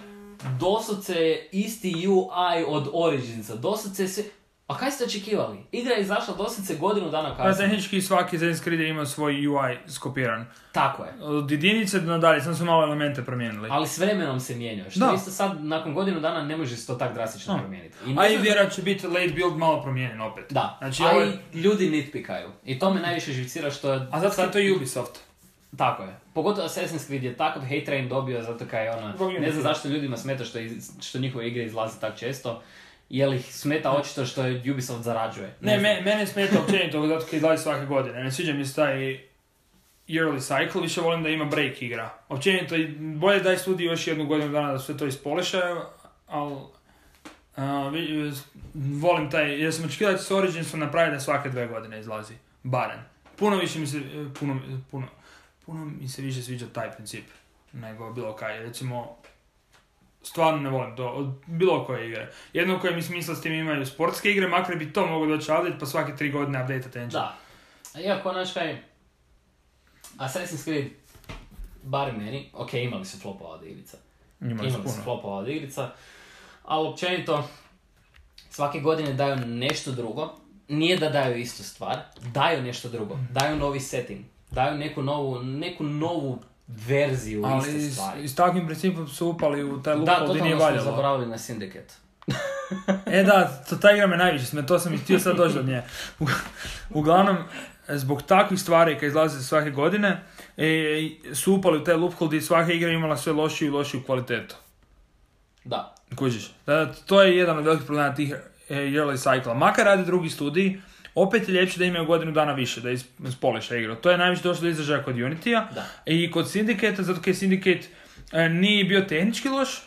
Speaker 2: doslovce je isti UI od Originsa, doslovce je sve... A kaj ste očekivali? Igra je izašla doslovce godinu dana
Speaker 1: A
Speaker 2: kasnije.
Speaker 1: Pa tehnički svaki Assassin's Creed je imao svoj UI skopiran.
Speaker 2: Tako je.
Speaker 1: Od jedinice do nadalje, samo su malo elemente promijenili.
Speaker 2: Ali s vremenom se mijenjao, što
Speaker 1: Da.
Speaker 2: isto sad nakon godinu dana ne može se to tak drastično promijeniti. I ne
Speaker 1: A i
Speaker 2: znam-
Speaker 1: vjera će biti late build malo promijenjen opet.
Speaker 2: Da,
Speaker 1: Znači,
Speaker 2: a
Speaker 1: ovo je-
Speaker 2: i ljudi nitpikaju. I to me najviše živcira što je...
Speaker 1: A zato što je to Ubisoft.
Speaker 2: Tako je. Pogotovo Assassin's Creed je takav hate train dobio zato kaj je ona...
Speaker 1: Zbog ljudi.
Speaker 2: Ne znam zašto ljudima smeta što, iz- što njihove igre izlaze tak često. Jel ih smeta očito što je Ubisoft zarađuje.
Speaker 1: Ne,
Speaker 2: znam.
Speaker 1: me, mene smeta općenito zato kad izlazi svake godine. Ne sviđa mi se taj yearly cycle, više volim da ima break igra. Općenito, i bolje daj studiju još jednu godinu dana da sve to ispoleše, ali volim taj, jer sam očekivao da će se Originsom napraviti da svake dve godine izlazi. Barem. Puno više mi se, e, puno, puno, puno mi se više sviđa taj princip nego bilo kaj. Recimo, stvarno ne volim to, od bilo koje igre. Jedno koje mi smisla s tim imaju sportske igre, makar bi to moglo doći update, pa svake tri godine update engine.
Speaker 2: Da. A Iako, znaš kaj, Assassin's Creed, bar meni, ok, imali su flopova od igrica.
Speaker 1: Imali
Speaker 2: Imali
Speaker 1: su
Speaker 2: su
Speaker 1: puno.
Speaker 2: flopova od igrica. Ali općenito, svake godine daju nešto drugo. Nije da daju istu stvar, daju nešto drugo.
Speaker 1: Mhm.
Speaker 2: Daju novi setting. Daju neku novu, neku novu verziju iste
Speaker 1: Ali s,
Speaker 2: stvari.
Speaker 1: s takvim principom su upali u taj
Speaker 2: Da,
Speaker 1: loophole gdje nije
Speaker 2: totalno smo
Speaker 1: valjalo.
Speaker 2: zaboravili na Syndicate.
Speaker 1: E da, to, ta igra me najviše sme, to sam i htio sad doći do nje. U- Uglavnom, zbog takvih stvari kad izlaze svake godine, e, su upali u taj loophole gdje je svaka igra imala sve lošiju i lošiju kvalitetu.
Speaker 2: Da.
Speaker 1: Kužiš. Da, da, to je jedan od velikih problema tih e, yearly cycla. Makar radi drugi studiji, opet je ljepše da imaju godinu dana više, da is- ispoliša igru. To je najviše došlo do izražaja kod Unity-a
Speaker 2: Da.
Speaker 1: i kod Syndicate-a, zato kaj Syndicate e, nije bio tehnički loš,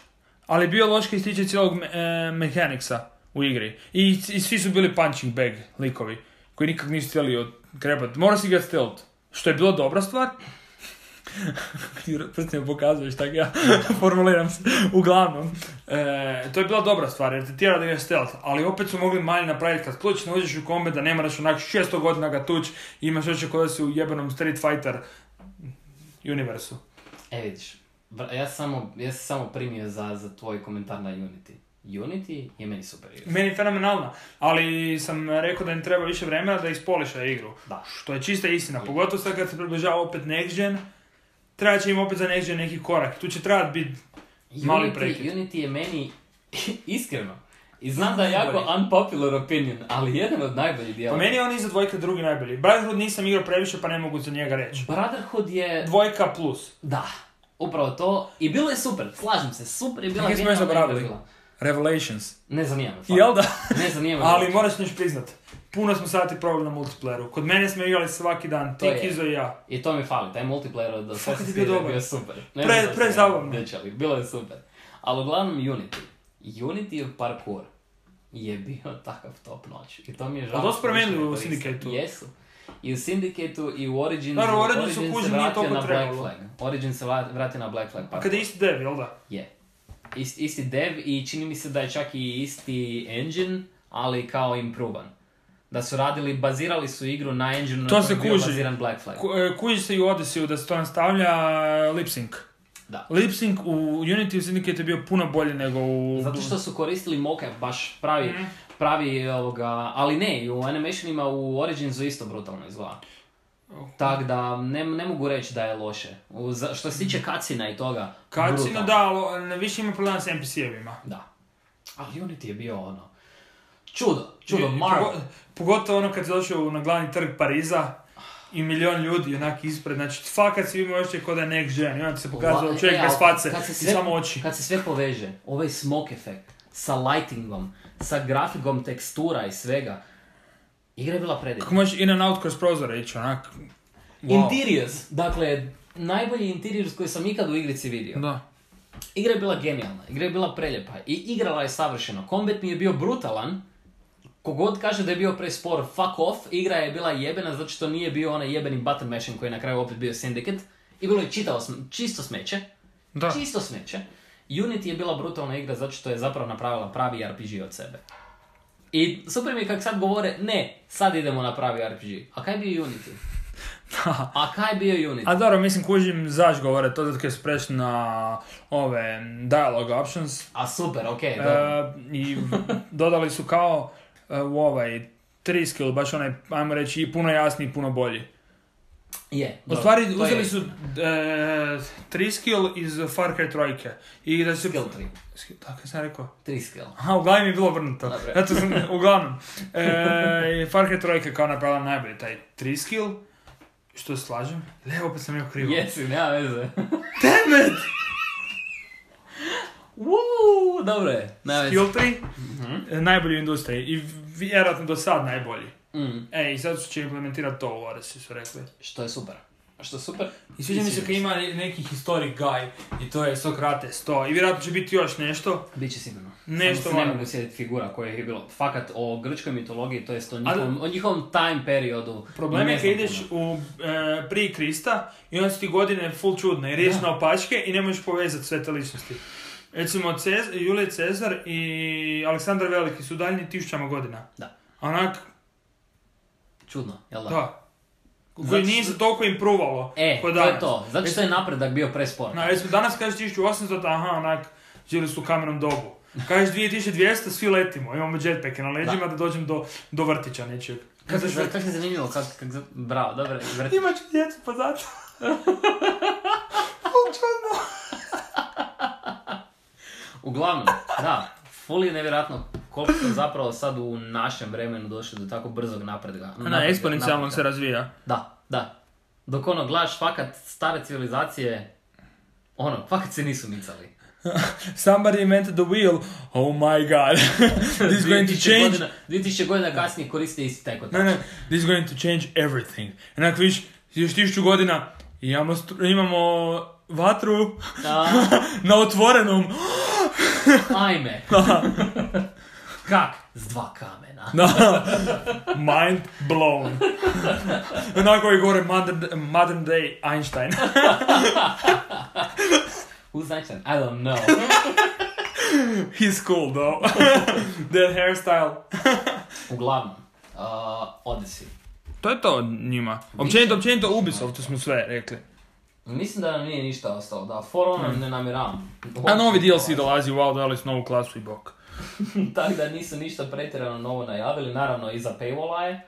Speaker 1: ali je bio loš kaj se tiče cijelog me, e, mechanicsa u igri. I, i svi su bili punching bag likovi, koji nikak nisu htjeli od krepat. Morao si ga stealth, što je bilo dobra stvar, ti prstima pokazuješ, tako ja formuliram se. Uglavnom, e, to je bila dobra stvar jer te tjera da je stealth, ali opet su mogli manje napraviti kad ključno uđeš u kombe da ne moraš onak 600 godina ga tuć i imaš oče kod da si u jebenom Street Fighter universu.
Speaker 2: E vidiš, bra- ja sam samo, ja sam samo primio za, za tvoj komentar na Unity. Unity je meni super igra.
Speaker 1: Meni je fenomenalna, ali sam rekao da im treba više vremena da ispoliša igru.
Speaker 2: Da.
Speaker 1: Što je čista istina, pogotovo sad kad se približava opet next gen, treba će im opet za next gen neki korak. Tu će trebati biti Mali
Speaker 2: Unity,
Speaker 1: prekid.
Speaker 2: Unity je meni, iskreno, i znam da je jako unpopular opinion, ali jedan od najboljih
Speaker 1: Po
Speaker 2: dijela.
Speaker 1: Pa meni je on iza dvojke drugi najbolji. Brotherhood nisam igrao previše pa ne mogu za njega reći.
Speaker 2: Brotherhood je,
Speaker 1: Dvojka plus.
Speaker 2: da, upravo to, i bilo je super, slažem se, super je bila
Speaker 1: Kaj smo još
Speaker 2: genijalna
Speaker 1: zaboravili?
Speaker 2: igra bila.
Speaker 1: Revelations.
Speaker 2: Ne zanima me,
Speaker 1: Jel da?
Speaker 2: Ne zanima me.
Speaker 1: Ali moraš nešto priznat. Puno smo sati proveli na multiplayeru. Kod mene smo igrali svaki dan, ti
Speaker 2: To je.
Speaker 1: Kizo i ja.
Speaker 2: I to mi fali, taj multiplayer od Assassin's
Speaker 1: je bio
Speaker 2: Creed je
Speaker 1: dobar.
Speaker 2: bio super.
Speaker 1: Pre-
Speaker 2: znam zašto
Speaker 1: prezabavno.
Speaker 2: ga dečali, bilo je super. Ali uglavnom Unity. Unity je parkour je bio takav top noć. I to mi je žao.
Speaker 1: A to su
Speaker 2: što
Speaker 1: promijenili
Speaker 2: više ne
Speaker 1: u
Speaker 2: koriste.
Speaker 1: Syndicateu.
Speaker 2: Jesu. I u Syndicateu i u Origins.
Speaker 1: Naravno, u Originsu
Speaker 2: Origin
Speaker 1: kužim,
Speaker 2: se
Speaker 1: nije
Speaker 2: vratio
Speaker 1: toliko
Speaker 2: na Black
Speaker 1: trebalo.
Speaker 2: Flag. Origin se vra- vratio na Black Flag. pa
Speaker 1: A
Speaker 2: parkour.
Speaker 1: kad je isti dev, jel da?
Speaker 2: Je. Ist- isti dev i čini mi se da je čak i isti engine, ali kao improvan. Da su radili, bazirali su igru na engine na
Speaker 1: To se
Speaker 2: kojem je bio
Speaker 1: kuži.
Speaker 2: baziran Black Flag.
Speaker 1: Ku, e, kužiš se i u Odisiju da se to nastavlja e, lip sync.
Speaker 2: Da.
Speaker 1: Lip sync u Unity Syndicate je bio puno bolji nego u...
Speaker 2: Zato što su koristili mocap, baš pravi,
Speaker 1: Mhm.
Speaker 2: pravi ovoga, ali ne, i u animationima u Originsu isto brutalno izgleda.
Speaker 1: Oh.
Speaker 2: Tak da, ne, ne mogu reći da je loše. U, za- što se tiče kacina i toga,
Speaker 1: Kacino,
Speaker 2: brutalno.
Speaker 1: da, ali ne više ima problema s NPC-evima.
Speaker 2: Da. Ali Unity je bio ono... Čudo, čudo,
Speaker 1: I- i
Speaker 2: Marvel.
Speaker 1: pogo- Pogotovo ono kad si došao na glavni trg Pariza i milion ljudi onak ispred, znači fakat si imao još kod da je next gen, i onda ti se pokazao
Speaker 2: Ova-
Speaker 1: čovjek
Speaker 2: e,
Speaker 1: bez
Speaker 2: al
Speaker 1: face
Speaker 2: kad se
Speaker 1: i samo oči.
Speaker 2: Kad se sve poveže, ovaj smoke efekt sa lightingom, sa grafikom tekstura i svega, igra je bila predivna.
Speaker 1: Kako možeš in and out kroz prozore ići, onak, wow.
Speaker 2: Interiors, dakle, najbolji interiors koji sam ikad u igrici vidio.
Speaker 1: Da.
Speaker 2: Igra je bila genijalna, igra je bila preljepa i igrala je savršeno. Kombat mi je bio brutalan, kogod kaže da je bio prespor, fuck off, igra je bila jebena zato što nije bio onaj jebeni button mashing koji je na kraju opet bio Syndicate. I bilo je čitao, sm- čisto smeće,
Speaker 1: Da.
Speaker 2: čisto smeće. Unity je bila brutalna igra zato što je zapravo napravila pravi RPG od sebe. I super mi je kako sad govore, ne, sad idemo na pravi RPG. A kaj je bio Unity? A kaj je bio Unity?
Speaker 1: A dobro, mislim kužim zaš govore to zato kad su prešli na ove dialogue options
Speaker 2: A super, ok,
Speaker 1: e,
Speaker 2: dobro.
Speaker 1: i dodali su kao e, u ovaj tri skill, baš onaj, ajmo reći, i puno jasniji i puno bolji.
Speaker 2: Je,
Speaker 1: U
Speaker 2: dobro,
Speaker 1: stvari,
Speaker 2: to je
Speaker 1: uzeli su e, tri skill iz Far Cry trojke. I da se...
Speaker 2: Skill 3.
Speaker 1: Skill, tako sam rekao.
Speaker 2: Tri skill.
Speaker 1: Aha, u glavi mi je bilo vrnuto.
Speaker 2: Dobro.
Speaker 1: Zato sam, uglavnom, e, i Far Cry trojka kao napravila najbolji taj tri skill. Što se slažem? Le, opet sam joj krivo.
Speaker 2: Jesi, nema veze.
Speaker 1: Damn it!
Speaker 2: Uuu, dobro je, nema veze.
Speaker 1: Skill 3, e, najbolji u industriji i vjerojatno do sad najbolji.
Speaker 2: Mm,
Speaker 1: E, i sad su će implementirati to u Oresi, su rekli.
Speaker 2: što je super. A što je super?
Speaker 1: I sviđa mi se kad ima neki historic guy i to je Sokrates, to. I vjerojatno će biti još nešto.
Speaker 2: Biće sigurno.
Speaker 1: Nešto
Speaker 2: Samo se ne
Speaker 1: van.
Speaker 2: mogu sjetiti figura koje je bilo. Fakat o grčkoj mitologiji, to jest o
Speaker 1: Ali-
Speaker 2: njihovom, o njihovom time periodu.
Speaker 1: Problem
Speaker 2: ne
Speaker 1: je kad
Speaker 2: znam
Speaker 1: ideš
Speaker 2: puno.
Speaker 1: u e, prije Krista i onda su ti godine full čudne i riješ
Speaker 2: Da.
Speaker 1: na opačke i ne možeš povezati sve te ličnosti. Recimo, Cez- Julije Cezar i Aleksandar Veliki su daljni tisućama godina.
Speaker 2: Da.
Speaker 1: A Onak,
Speaker 2: Čudno, jel da?
Speaker 1: da.
Speaker 2: Zato
Speaker 1: Koji nije
Speaker 2: što-
Speaker 1: se toliko improvalo.
Speaker 2: Znači- E,
Speaker 1: ko
Speaker 2: to je
Speaker 1: danas.
Speaker 2: to. Zato što je napredak bio prespor.
Speaker 1: Na, recimo, danas kažeš 1800, aha, onak, živjeli su u kamernom dobu. Kažeš 2200, svi letimo, imamo jetpacke na leđima da, dođem do, do vrtića nečeg.
Speaker 2: Kako
Speaker 1: Kažeš,
Speaker 2: se kako se zanimljivo, kako, kako, za- bravo, dobro, vrti.
Speaker 1: imaš djecu, pa zato.
Speaker 2: Uglavnom, da, ful je nevjerojatno koliko smo zapravo sad u našem vremenu došli do tako brzog napredga.
Speaker 1: Na,
Speaker 2: napredka-
Speaker 1: eksponencijalno
Speaker 2: napredka.
Speaker 1: se razvija.
Speaker 2: Da, da. Dok ono gledaš fakat stare civilizacije, ono, fakat se nisu micali.
Speaker 1: Somebody invented the wheel, oh my god, this is going to
Speaker 2: 2000
Speaker 1: change...
Speaker 2: Godina, 2000 godina kasnije koriste isti taj kotač.
Speaker 1: Ne, ne, this is going to change everything. Onak, viš, još tisuću godina, imamo, stru- imamo vatru
Speaker 2: Da,
Speaker 1: na otvorenom.
Speaker 2: ajme. Kak? S dva kamena.
Speaker 1: Da. Mind blown. Onako je gore modern, modern day Einstein.
Speaker 2: Who's Einstein? I don't know.
Speaker 1: He's cool though. That hairstyle.
Speaker 2: Uglavnom, uh, Odyssey.
Speaker 1: To je to njima. Općenito, općenito Ubisoft smo sve rekli.
Speaker 2: Mislim da nam nije ništa ostalo, da, For Honor ne namjeravam.
Speaker 1: Hmm. A novi DLC dolazi u Wild Alice novu klasu i bok.
Speaker 2: Tako da nisu ništa pretjerano novo najavili, naravno iza paywalla je,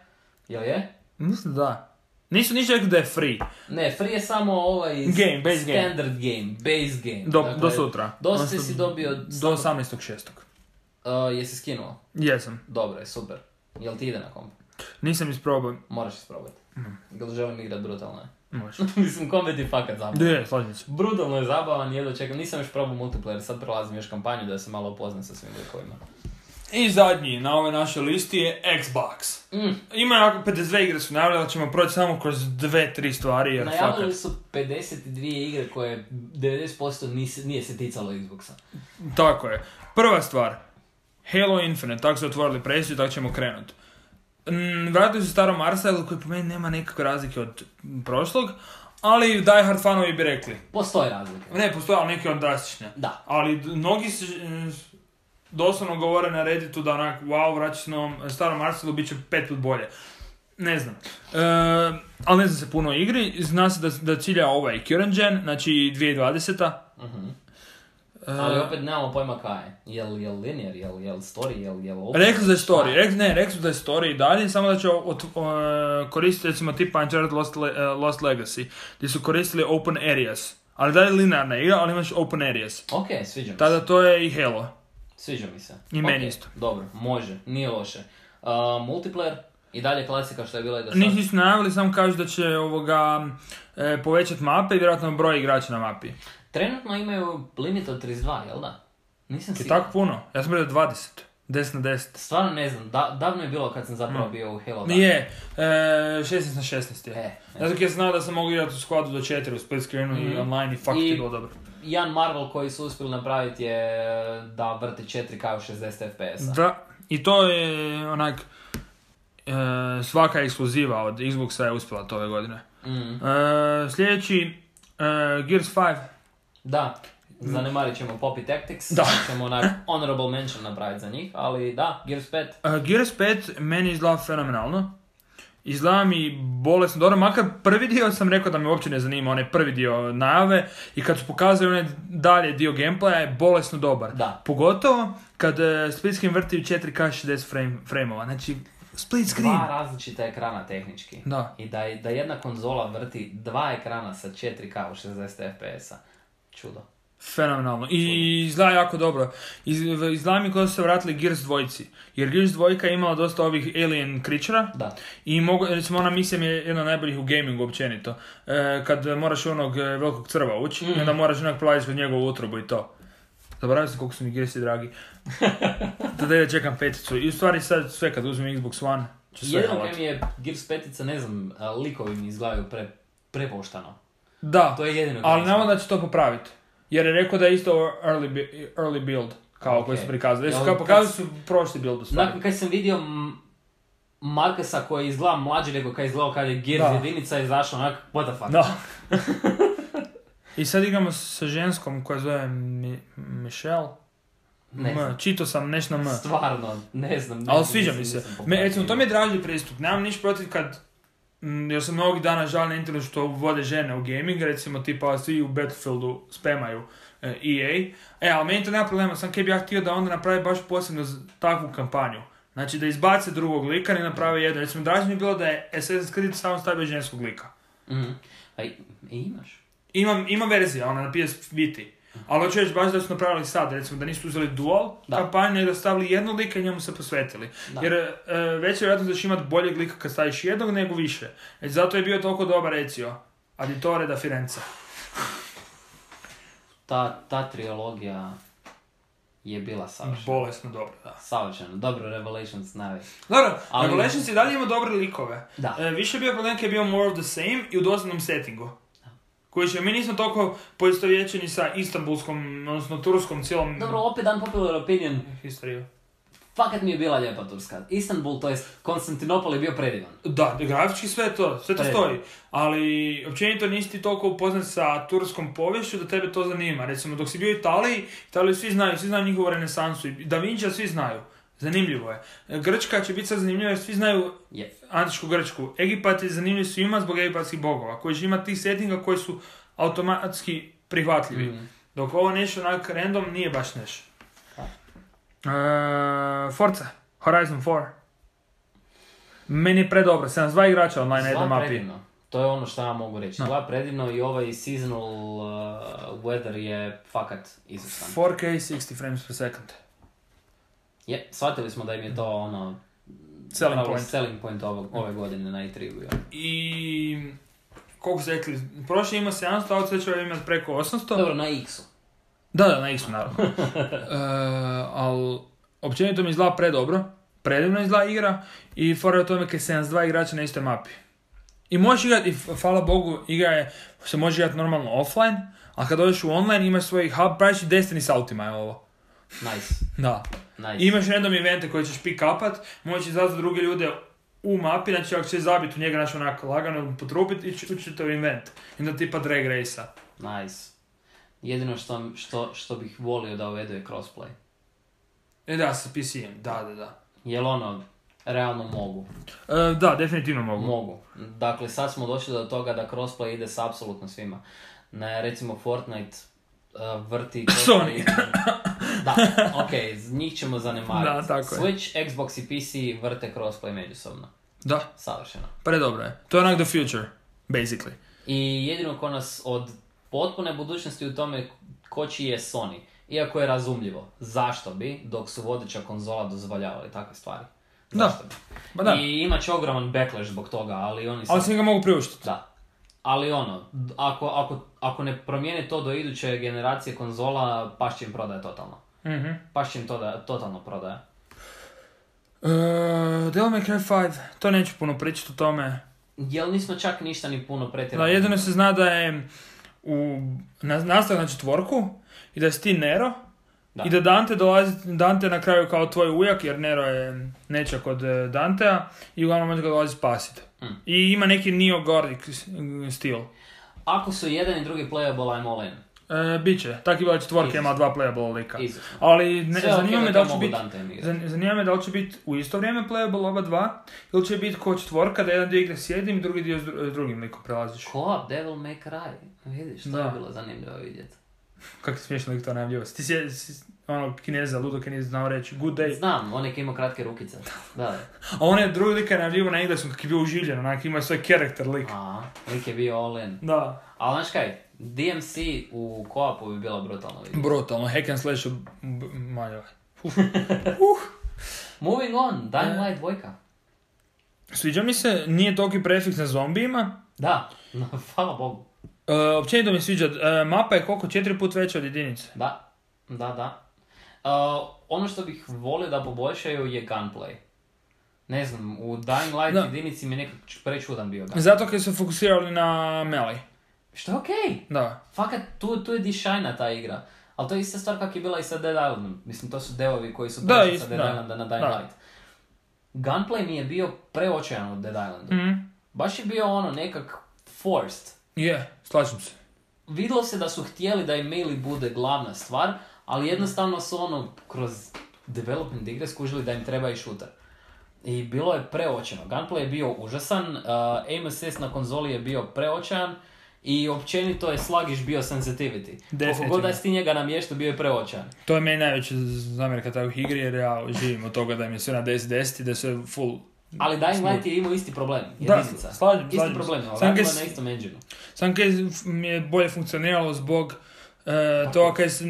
Speaker 2: jel je?
Speaker 1: Mislim da. Nisu ništa rekli da je free.
Speaker 2: Ne, free je samo ovaj
Speaker 1: Game, base game.
Speaker 2: standard game. base game. Dakle,
Speaker 1: Do- do sutra.
Speaker 2: Dosta
Speaker 1: Odnosno,
Speaker 2: si dobio,
Speaker 1: Do 18.6.
Speaker 2: uh, jesi skinuo?
Speaker 1: Jesam.
Speaker 2: Dobro je, super. Jel ti ide na komp?
Speaker 1: Nisam isprobao.
Speaker 2: Moraš isprobati.
Speaker 1: Mm.
Speaker 2: Jel želim igrat brutalno je?
Speaker 1: Može.
Speaker 2: Mislim, kombat je fakat zabavan.
Speaker 1: Je, slažem se.
Speaker 2: Brutalno je zabavan, jedva čekam, nisam još probao multiplayer, sad prelazim još kampanju da se malo upoznam sa svim likovima.
Speaker 1: I zadnji na ovoj našoj listi je Xbox.
Speaker 2: Mm.
Speaker 1: Ima jako 52 igre su najavljene, ali ćemo proći samo kroz dve, tri stvari jer
Speaker 2: Najavili
Speaker 1: fakat-
Speaker 2: su 52 igre koje 90% nis- nije se ticalo Xboxa.
Speaker 1: Tako je. Prva stvar, Halo Infinite, tako su otvorili presiju, tako ćemo krenuti. Vratili su starom Arsalu koji po meni nema nekakve razlike od m, prošlog, ali Die Hard fanovi bi rekli.
Speaker 2: Postoje razlike.
Speaker 1: Ne, postojalo neke od drastične.
Speaker 2: Da.
Speaker 1: Ali d- mnogi se, e, s- doslovno govore na Redditu da onak, wow, vraća se novom starom Arsalu, bit će pet put bolje. Ne znam. E, ali ne zna se puno o igri, zna se da, da cilja ovaj Current Gen, znači 2020
Speaker 2: Mhm.
Speaker 1: e,
Speaker 2: Ali opet nemamo pojma kaj je. Jel, jel linear, jel, jel story, jel, jel open?
Speaker 1: Rekli su da je story, rek, ne, rekli su da je story i dalje, samo da će ot, e, koristiti recimo tipa Uncharted Lost, Le- e, Lost Legacy, gdje su koristili open areas. Ali dalje linearna igra, ali imaš open areas.
Speaker 2: Ok, sviđa mi se.
Speaker 1: Tada to je i Halo.
Speaker 2: Sviđa mi se.
Speaker 1: I meni
Speaker 2: Ok,
Speaker 1: isto.
Speaker 2: Dobro, može, nije loše. Uh, multiplayer i dalje klasika što je bila i do sad.
Speaker 1: Njih nisu najavili, samo kažu da će ovoga e, povećati mape i vjerojatno broj igrača na mapi.
Speaker 2: Trenutno imaju limit od 32, jel da? Nisam
Speaker 1: Je
Speaker 2: siguran.
Speaker 1: tako puno? Ja sam rekao 20. 10 na 10.
Speaker 2: Stvarno ne znam, da, davno je bilo kad sam zapravo bio u Halo. Dark.
Speaker 1: Mm. Nije, e, 16 na 16 je.
Speaker 2: E, e.
Speaker 1: Zato kad ja sam znao da sam mogu igrati u skladu do 4 u split screenu i online i fuck
Speaker 2: Mhm. I-
Speaker 1: ti je bilo dobro.
Speaker 2: Jedan Marvel koji su uspjeli napraviti je da vrti 4K u 60 FPS-a.
Speaker 1: Da, i to je onak, e, svaka ekskluziva od Xboxa je uspjela to ove godine.
Speaker 2: Mm,
Speaker 1: E, sljedeći, e, Gears 5.
Speaker 2: da, zanemarit ćemo Poppy Tactics,
Speaker 1: Mm. Da.
Speaker 2: ćemo onak honorable mention napraviti za njih, ali da, Gears 5,
Speaker 1: E, Gears 5 meni izgleda fenomenalno. Izgleda mi bolesno dobro, makar prvi dio sam rekao da me uopće ne zanima, onaj prvi dio najave i kad su pokazali onaj dalje dio gameplaya je bolesno dobar.
Speaker 2: Da.
Speaker 1: Pogotovo kad e, split screen vrti u 4K 60 frame, frameova, znači split screen.
Speaker 2: dva različita ekrana tehnički.
Speaker 1: Da.
Speaker 2: I da, da jedna konzola vrti dva ekrana sa 4K u 60 FPS-a. Čudo.
Speaker 1: Fenomenalno. I izgleda jako dobro. Iz, izgleda mi kao da su se vratili Gears dvojci. Jer Gears dvojka je imala dosta ovih alien creature
Speaker 2: Da.
Speaker 1: I mogu, recimo ona misija mi je jedna od najboljih u gamingu općenito. E, kad moraš u onog e, velikog crva ući,
Speaker 2: Mhm.
Speaker 1: i onda moraš onak prolaziti pod njegovu utrobu i to. Zaboravio sam koliko su mi Gearsi dragi. Tada ja čekam peticu. I u stvari sad sve kad uzmem Xbox One, će sve
Speaker 2: Jedino kaj
Speaker 1: halat.
Speaker 2: mi je Gears 5, ne znam, a, likovi mi izgledaju pre, prepoštano.
Speaker 1: Da,
Speaker 2: To je jedino kaj
Speaker 1: ali
Speaker 2: mi smeta.
Speaker 1: navodno da će to popraviti. Jer je rekao da je isto early, bi- early build, kao koji su
Speaker 2: Ok.
Speaker 1: prikazali. Jesu,
Speaker 2: Ja,
Speaker 1: kao
Speaker 2: kad-
Speaker 1: pokazali su prošli build u stvari.
Speaker 2: Nakon kad sam vidio m, Markesa koji izgleda mlađi nego kad je izgledao kad je Gears
Speaker 1: Da.
Speaker 2: jedinica izašao onak, what the fuck.
Speaker 1: Da. I sad igramo sa ženskom koja zove Mi- Michelle.
Speaker 2: Ne znam.
Speaker 1: M, čitao sam nešto na M.
Speaker 2: Stvarno, ne znam. ne
Speaker 1: Ali
Speaker 2: znam,
Speaker 1: sviđa mi
Speaker 2: nisam-
Speaker 1: se.
Speaker 2: nisam
Speaker 1: Me,
Speaker 2: popratio.
Speaker 1: recimo, to mi je draži pristup. Nemam niš protiv kad... mm, Jer sam mnogih dana žal na internetu što vode žene u gaming, recimo tipa svi u Battlefieldu spamaju e, EA. E, ali meni to nema problema, sam kaj bi ja htio da onda naprave baš posebno z- takvu kampanju. Znači da izbace drugog lika i naprave jedan. Recimo, draže mi je bilo da je Assassin's Creed samo stavio ženskog lika.
Speaker 2: Mhm. Pa i, i imaš.
Speaker 1: Ima, ima verzija, ona na PS Vita. Ali hoću reći baš da su napravili sad, recimo da nisu uzeli dual
Speaker 2: Da.
Speaker 1: kampanju, nego da stavili jednog lika i njemu se posvetili.
Speaker 2: Da.
Speaker 1: Jer e, već je vjerojatno da ćeš imati boljeg lika kad staviš jednog nego više. E, zato je bio toliko dobar Ezio. Aditore da Firenze.
Speaker 2: Ta, ta trilogija je bila savršena.
Speaker 1: Bolesno dobro, da.
Speaker 2: Savršena. Dobro, Revelations najveći.
Speaker 1: Dobro, Ali...
Speaker 2: Ali-
Speaker 1: Revelations i dalje ima dobre likove.
Speaker 2: Da.
Speaker 1: E, više je bio problem kad je bio more of the same i u dosadnom settingu. Koji će, mi nismo toliko poistovjećeni sa istambulskom, odnosno turskom cijelom
Speaker 2: Dobro, opet dan popular opinion.
Speaker 1: historiju.
Speaker 2: Fakat mi je bila lijepa Turska. Istanbul, to jest Konstantinopol je bio predivan.
Speaker 1: Da, grafički sve to, sve to
Speaker 2: Pa je.
Speaker 1: stoji. Ali općenito nisi ti toliko upoznat sa turskom poviješću da tebe to zanima. Recimo dok si bio u Italiji, Italiju svi znaju, svi znaju njihovu renesansu. i Da Vinča svi znaju. Zanimljivo je. Grčka će biti sad zanimljiva jer svi znaju
Speaker 2: Je.
Speaker 1: antičku Grčku. Egipat je zanimljiv svima zbog egipatskih bogova koji će imati tih settinga koji su automatski prihvatljivi. Dok ovo nešto onak random nije baš nešto.
Speaker 2: Da.
Speaker 1: E, Forza, Horizon 4. Meni je predobro, 72 igrača online na jednoj
Speaker 2: Zla
Speaker 1: mapi.
Speaker 2: predivno. To je ono što ja mogu reći. Zla predivno i ovaj seasonal uh, weather je fakat izvrstan.
Speaker 1: 4K 60 frames per second.
Speaker 2: Je, shvatili smo da im je to ono...
Speaker 1: Selling
Speaker 2: pravo
Speaker 1: point.
Speaker 2: selling point ovog- ove godine na E E3 bio.
Speaker 1: I... Koliko ste rekli, prošli ima 700, a od sve će imati preko 800.
Speaker 2: Dobro, na X-u.
Speaker 1: Da, da, na X-u naravno. e, ali općenito mi izgleda predobro, predivno izgleda igra i fora je u tome kad je 72 igrača na istoj mapi. I možeš igrati, i f- hvala Bogu, igra je, se može igrati normalno offline, a kad dođeš u online imaš svoj hub, praviš i Destiny s autima je ovo.
Speaker 2: Nice,
Speaker 1: Da.
Speaker 2: nice.
Speaker 1: I imaš random evente koje ćeš pick upat, možeš izazvati druge ljude u mapi, znači ako ćeš zabiti u njega, znači onako lagano potrupiti, ići u čitav invent. I onda tipa drag race
Speaker 2: Nice. Jedino što, što, što bih volio da uvedu je crossplay.
Speaker 1: E da, sa PC-em, da, da, da.
Speaker 2: Jel ono, realno mogu.
Speaker 1: E, da, definitivno mogu.
Speaker 2: Mogu. Dakle, sad smo došli do toga da crossplay ide s apsolutno svima. Na, recimo Fortnite, uh, uh, vrti...
Speaker 1: Sony.
Speaker 2: da, ok, z njih ćemo zanemariti.
Speaker 1: Da, tako je.
Speaker 2: Switch, Xbox i PC vrte crossplay međusobno.
Speaker 1: Da,
Speaker 2: Savršeno.
Speaker 1: predobro je. To je onak the future, basically.
Speaker 2: I jedino ko nas od potpune budućnosti u tome koči je Sony. Iako je razumljivo. Zašto bi, dok su vodeća konzola dozvoljavali takve stvari?
Speaker 1: Da.
Speaker 2: Zašto bi?
Speaker 1: Ba Pa da,
Speaker 2: I imat će ogroman backlash zbog toga, ali oni
Speaker 1: ali
Speaker 2: sad...
Speaker 1: se ga mogu priuštiti.
Speaker 2: Da. Ali ono, d- ako, ako, ako ne promijene to do iduće generacije konzola, pašće im prodaje totalno.
Speaker 1: Mhm.
Speaker 2: Pašće im to da, totalno prodaje.
Speaker 1: Uh, Devil May Cry 5, to neću puno pričati o tome.
Speaker 2: Jel nismo čak ništa ni puno
Speaker 1: Da,
Speaker 2: pretjerali?
Speaker 1: jedino se zna da je u, na, nastavak na četvorku i da je ti Nero
Speaker 2: Da.
Speaker 1: i da Dante dolazi, Dante na kraju kao tvoj ujak jer Nero je nečak od e, Dantea i uglavnom on ga dolazi spasiti.
Speaker 2: Mm.
Speaker 1: I ima neki neo-gordic s- m, stil.
Speaker 2: Ako su jedan i drugi playable, I'm all in.
Speaker 1: E, biće, tako je bila četvorka, ima dva playable lika.
Speaker 2: Izvrsno.
Speaker 1: Ali ne,
Speaker 2: Sve
Speaker 1: zanima
Speaker 2: ok,
Speaker 1: me
Speaker 2: to
Speaker 1: da li će
Speaker 2: mogu
Speaker 1: biti
Speaker 2: Dante im igrati.
Speaker 1: Zan- Zanima me da li će biti u isto vrijeme playable oba dva, ili će biti ko četvorka da jedan dio igre s jednim, drugi dio s dru- s drugim likom prelaziš.
Speaker 2: Co-op, Devil May Cry. Vidiš, to
Speaker 1: Da.
Speaker 2: je bilo zanimljivo vidjeti.
Speaker 1: Kako smiješno lik to najavljivo. Ti si, si ono, kineza, ludo kineza znao reći, good day.
Speaker 2: Znam, on je imao kratke rukice. Da.
Speaker 1: A on je drugi lik je najavljivo na engleskom kak je bio uživljen, onak ima svoj karakter lik.
Speaker 2: A, lik je bio all in.
Speaker 1: Da.
Speaker 2: Ali znaš kaj, DMC u co-opu bi bilo brutalno vidjeti.
Speaker 1: Brutalno, hack and slash, manjove.
Speaker 2: Moving on,
Speaker 1: E.
Speaker 2: Dying Light 2.
Speaker 1: Sviđa mi se, nije toliki prefiks na zombijima.
Speaker 2: Da, no, hvala Bogu.
Speaker 1: E, općenito mi sviđa, e, mapa je koliko? Četiri put veća od jedinice.
Speaker 2: Da, da, da. Uh, ono što bih volio da poboljšaju je gunplay. Ne znam, u Dying Light
Speaker 1: Da.
Speaker 2: jedinici mi je nekako č- prečudan bio gun.
Speaker 1: Zato kad su fokusirali na melee.
Speaker 2: Što je okej.
Speaker 1: Da.
Speaker 2: Fakat, tu, tu je dišajna ta igra. Ali to je ista stvar kak je bila i sa Dead Islandom. Mislim, to su devovi koji su
Speaker 1: Da,
Speaker 2: prešli
Speaker 1: is-
Speaker 2: sa Dead
Speaker 1: da.
Speaker 2: Islanda na Dying
Speaker 1: Da.
Speaker 2: Light. Gunplay mi je bio preočajan u Dead Islandu.
Speaker 1: Mhm.
Speaker 2: Baš je bio ono nekak forced.
Speaker 1: Je, slažem se.
Speaker 2: vidjelo se da su htjeli da i maili bude glavna stvar, ali jednostavno su ono kroz development igre skužili da im treba i šuter. I bilo je preočeno. Gunplay je bio užasan, uh, aim assist na konzoli je bio preočajan i općenito je slagiš bio sensitivity. Koliko
Speaker 1: Definitivno.
Speaker 2: god da si ti njega namještu, bio je preočajan.
Speaker 1: To je meni najveća zamjerka takvih igri jer ja živim od toga da mi je sve na 10-10 i da je sve full.
Speaker 2: Ali Dying Light je imao isti problem,
Speaker 1: Da,
Speaker 2: jedinica.
Speaker 1: slažem, slažem
Speaker 2: isti
Speaker 1: se.
Speaker 2: problem, ali
Speaker 1: Samo
Speaker 2: radilo
Speaker 1: kaj
Speaker 2: je na
Speaker 1: s-
Speaker 2: istom engine
Speaker 1: Sam kaj mi je bolje funkcioniralo zbog e, toga kaj sam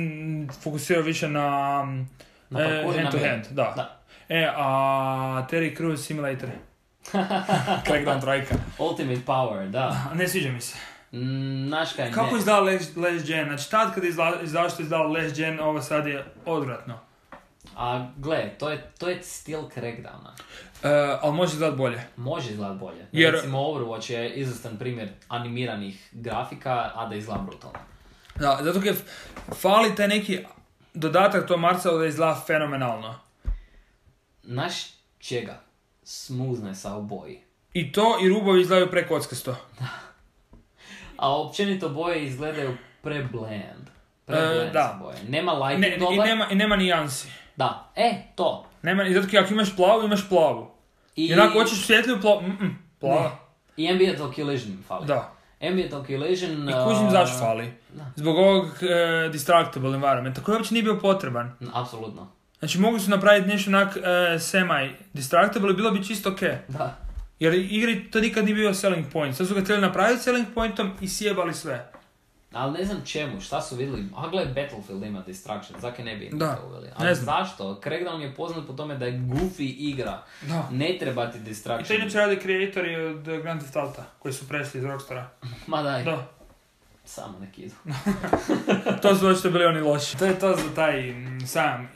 Speaker 1: fokusirao više na,
Speaker 2: Na
Speaker 1: e,
Speaker 2: parkour i na
Speaker 1: hand to
Speaker 2: meni.
Speaker 1: hand. Da.
Speaker 2: Da.
Speaker 1: E, a Terry Crews Simulator. Crackdown trojka.
Speaker 2: Ultimate power, da.
Speaker 1: A, Ne sviđa mi se.
Speaker 2: Mm, Znaš kaj
Speaker 1: Kako
Speaker 2: ne.
Speaker 1: je izdala Last, Last Gen? Znači tad kad je izla- izdala što je izdala Last Gen, ovo sad je odvratno.
Speaker 2: A gle, to je, to je stil crackdowna.
Speaker 1: E, ali može izgledat bolje.
Speaker 2: Može izgledat bolje.
Speaker 1: Jer-
Speaker 2: Recimo Overwatch je izvrstan primjer animiranih grafika, a da izgleda brutalno.
Speaker 1: Da, zato kaj fali taj neki dodatak to Marcelo da izgleda fenomenalno.
Speaker 2: Znaš čega? Smuzne sa u boji.
Speaker 1: I to i rubovi izgledaju prekockasto.
Speaker 2: A općenito boje izgledaju prebland. Prebland
Speaker 1: E, da.
Speaker 2: su boje. Nema lighting
Speaker 1: Ne, i,
Speaker 2: dobar.
Speaker 1: nema, I nema nijansi.
Speaker 2: Da, e, to.
Speaker 1: Nema, I zato kaj ako imaš plavu, imaš plavu.
Speaker 2: I,
Speaker 1: I onako hoćeš svjetliju plavu, mm plava.
Speaker 2: i Ambient Occlusion im fali.
Speaker 1: Da.
Speaker 2: Ambient Occlusion...
Speaker 1: I kužim
Speaker 2: a,
Speaker 1: zašto fali.
Speaker 2: Da.
Speaker 1: Zbog ovog e, distractable environmenta koji uopće nije bio potreban.
Speaker 2: n- Apsolutno.
Speaker 1: Znači mogli su napraviti nešto onak e, semi-distractable i bilo bi čisto ok.
Speaker 2: Da.
Speaker 1: Jer igri to nikad nije bio selling point. Sad su ga trebali napraviti selling pointom i sjebali sve.
Speaker 2: Ali ne znam čemu, šta su vidjeli. A gle, Battlefield ima Distraction, zakaj ne bi
Speaker 1: Da,
Speaker 2: to uveli. Ali
Speaker 1: ne znam.
Speaker 2: zašto? Crackdown je poznat po tome da je goofy igra.
Speaker 1: Da.
Speaker 2: Ne treba ti
Speaker 1: I to
Speaker 2: Distraction.
Speaker 1: inače rade kreatori od eh, Grand Theft Auta, koji su prešli iz Rockstara.
Speaker 2: Ma daj,
Speaker 1: Da.
Speaker 2: samo nek idu.
Speaker 1: To su očito bili oni loši. To je to za taj mm, sam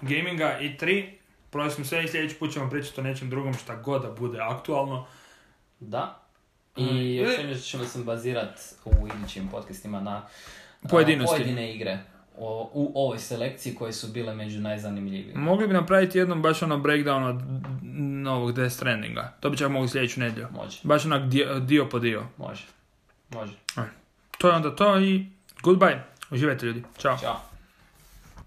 Speaker 1: gaminga i 3. Prošli smo sve i sljedeći put ćemo pričati o nečem drugom šta god da bude aktualno.
Speaker 2: Da.
Speaker 1: Mm,
Speaker 2: I
Speaker 1: ili-
Speaker 2: općenito ćemo se bazirat u idućim podcastima na a,
Speaker 1: Pojedinosti.
Speaker 2: pojedine igre. O- u ovoj selekciji koje su bile među najzanimljivijim.
Speaker 1: Mogli bi napraviti jednom baš ono breakdown od novog Death Strandinga. To bi čak mogli sljedeću nedjelju.
Speaker 2: Može,
Speaker 1: Baš onak dio, dio po dio.
Speaker 2: može, može.
Speaker 1: To je onda to i goodbye. Uživajte ljudi. Ćao.
Speaker 2: Ćao.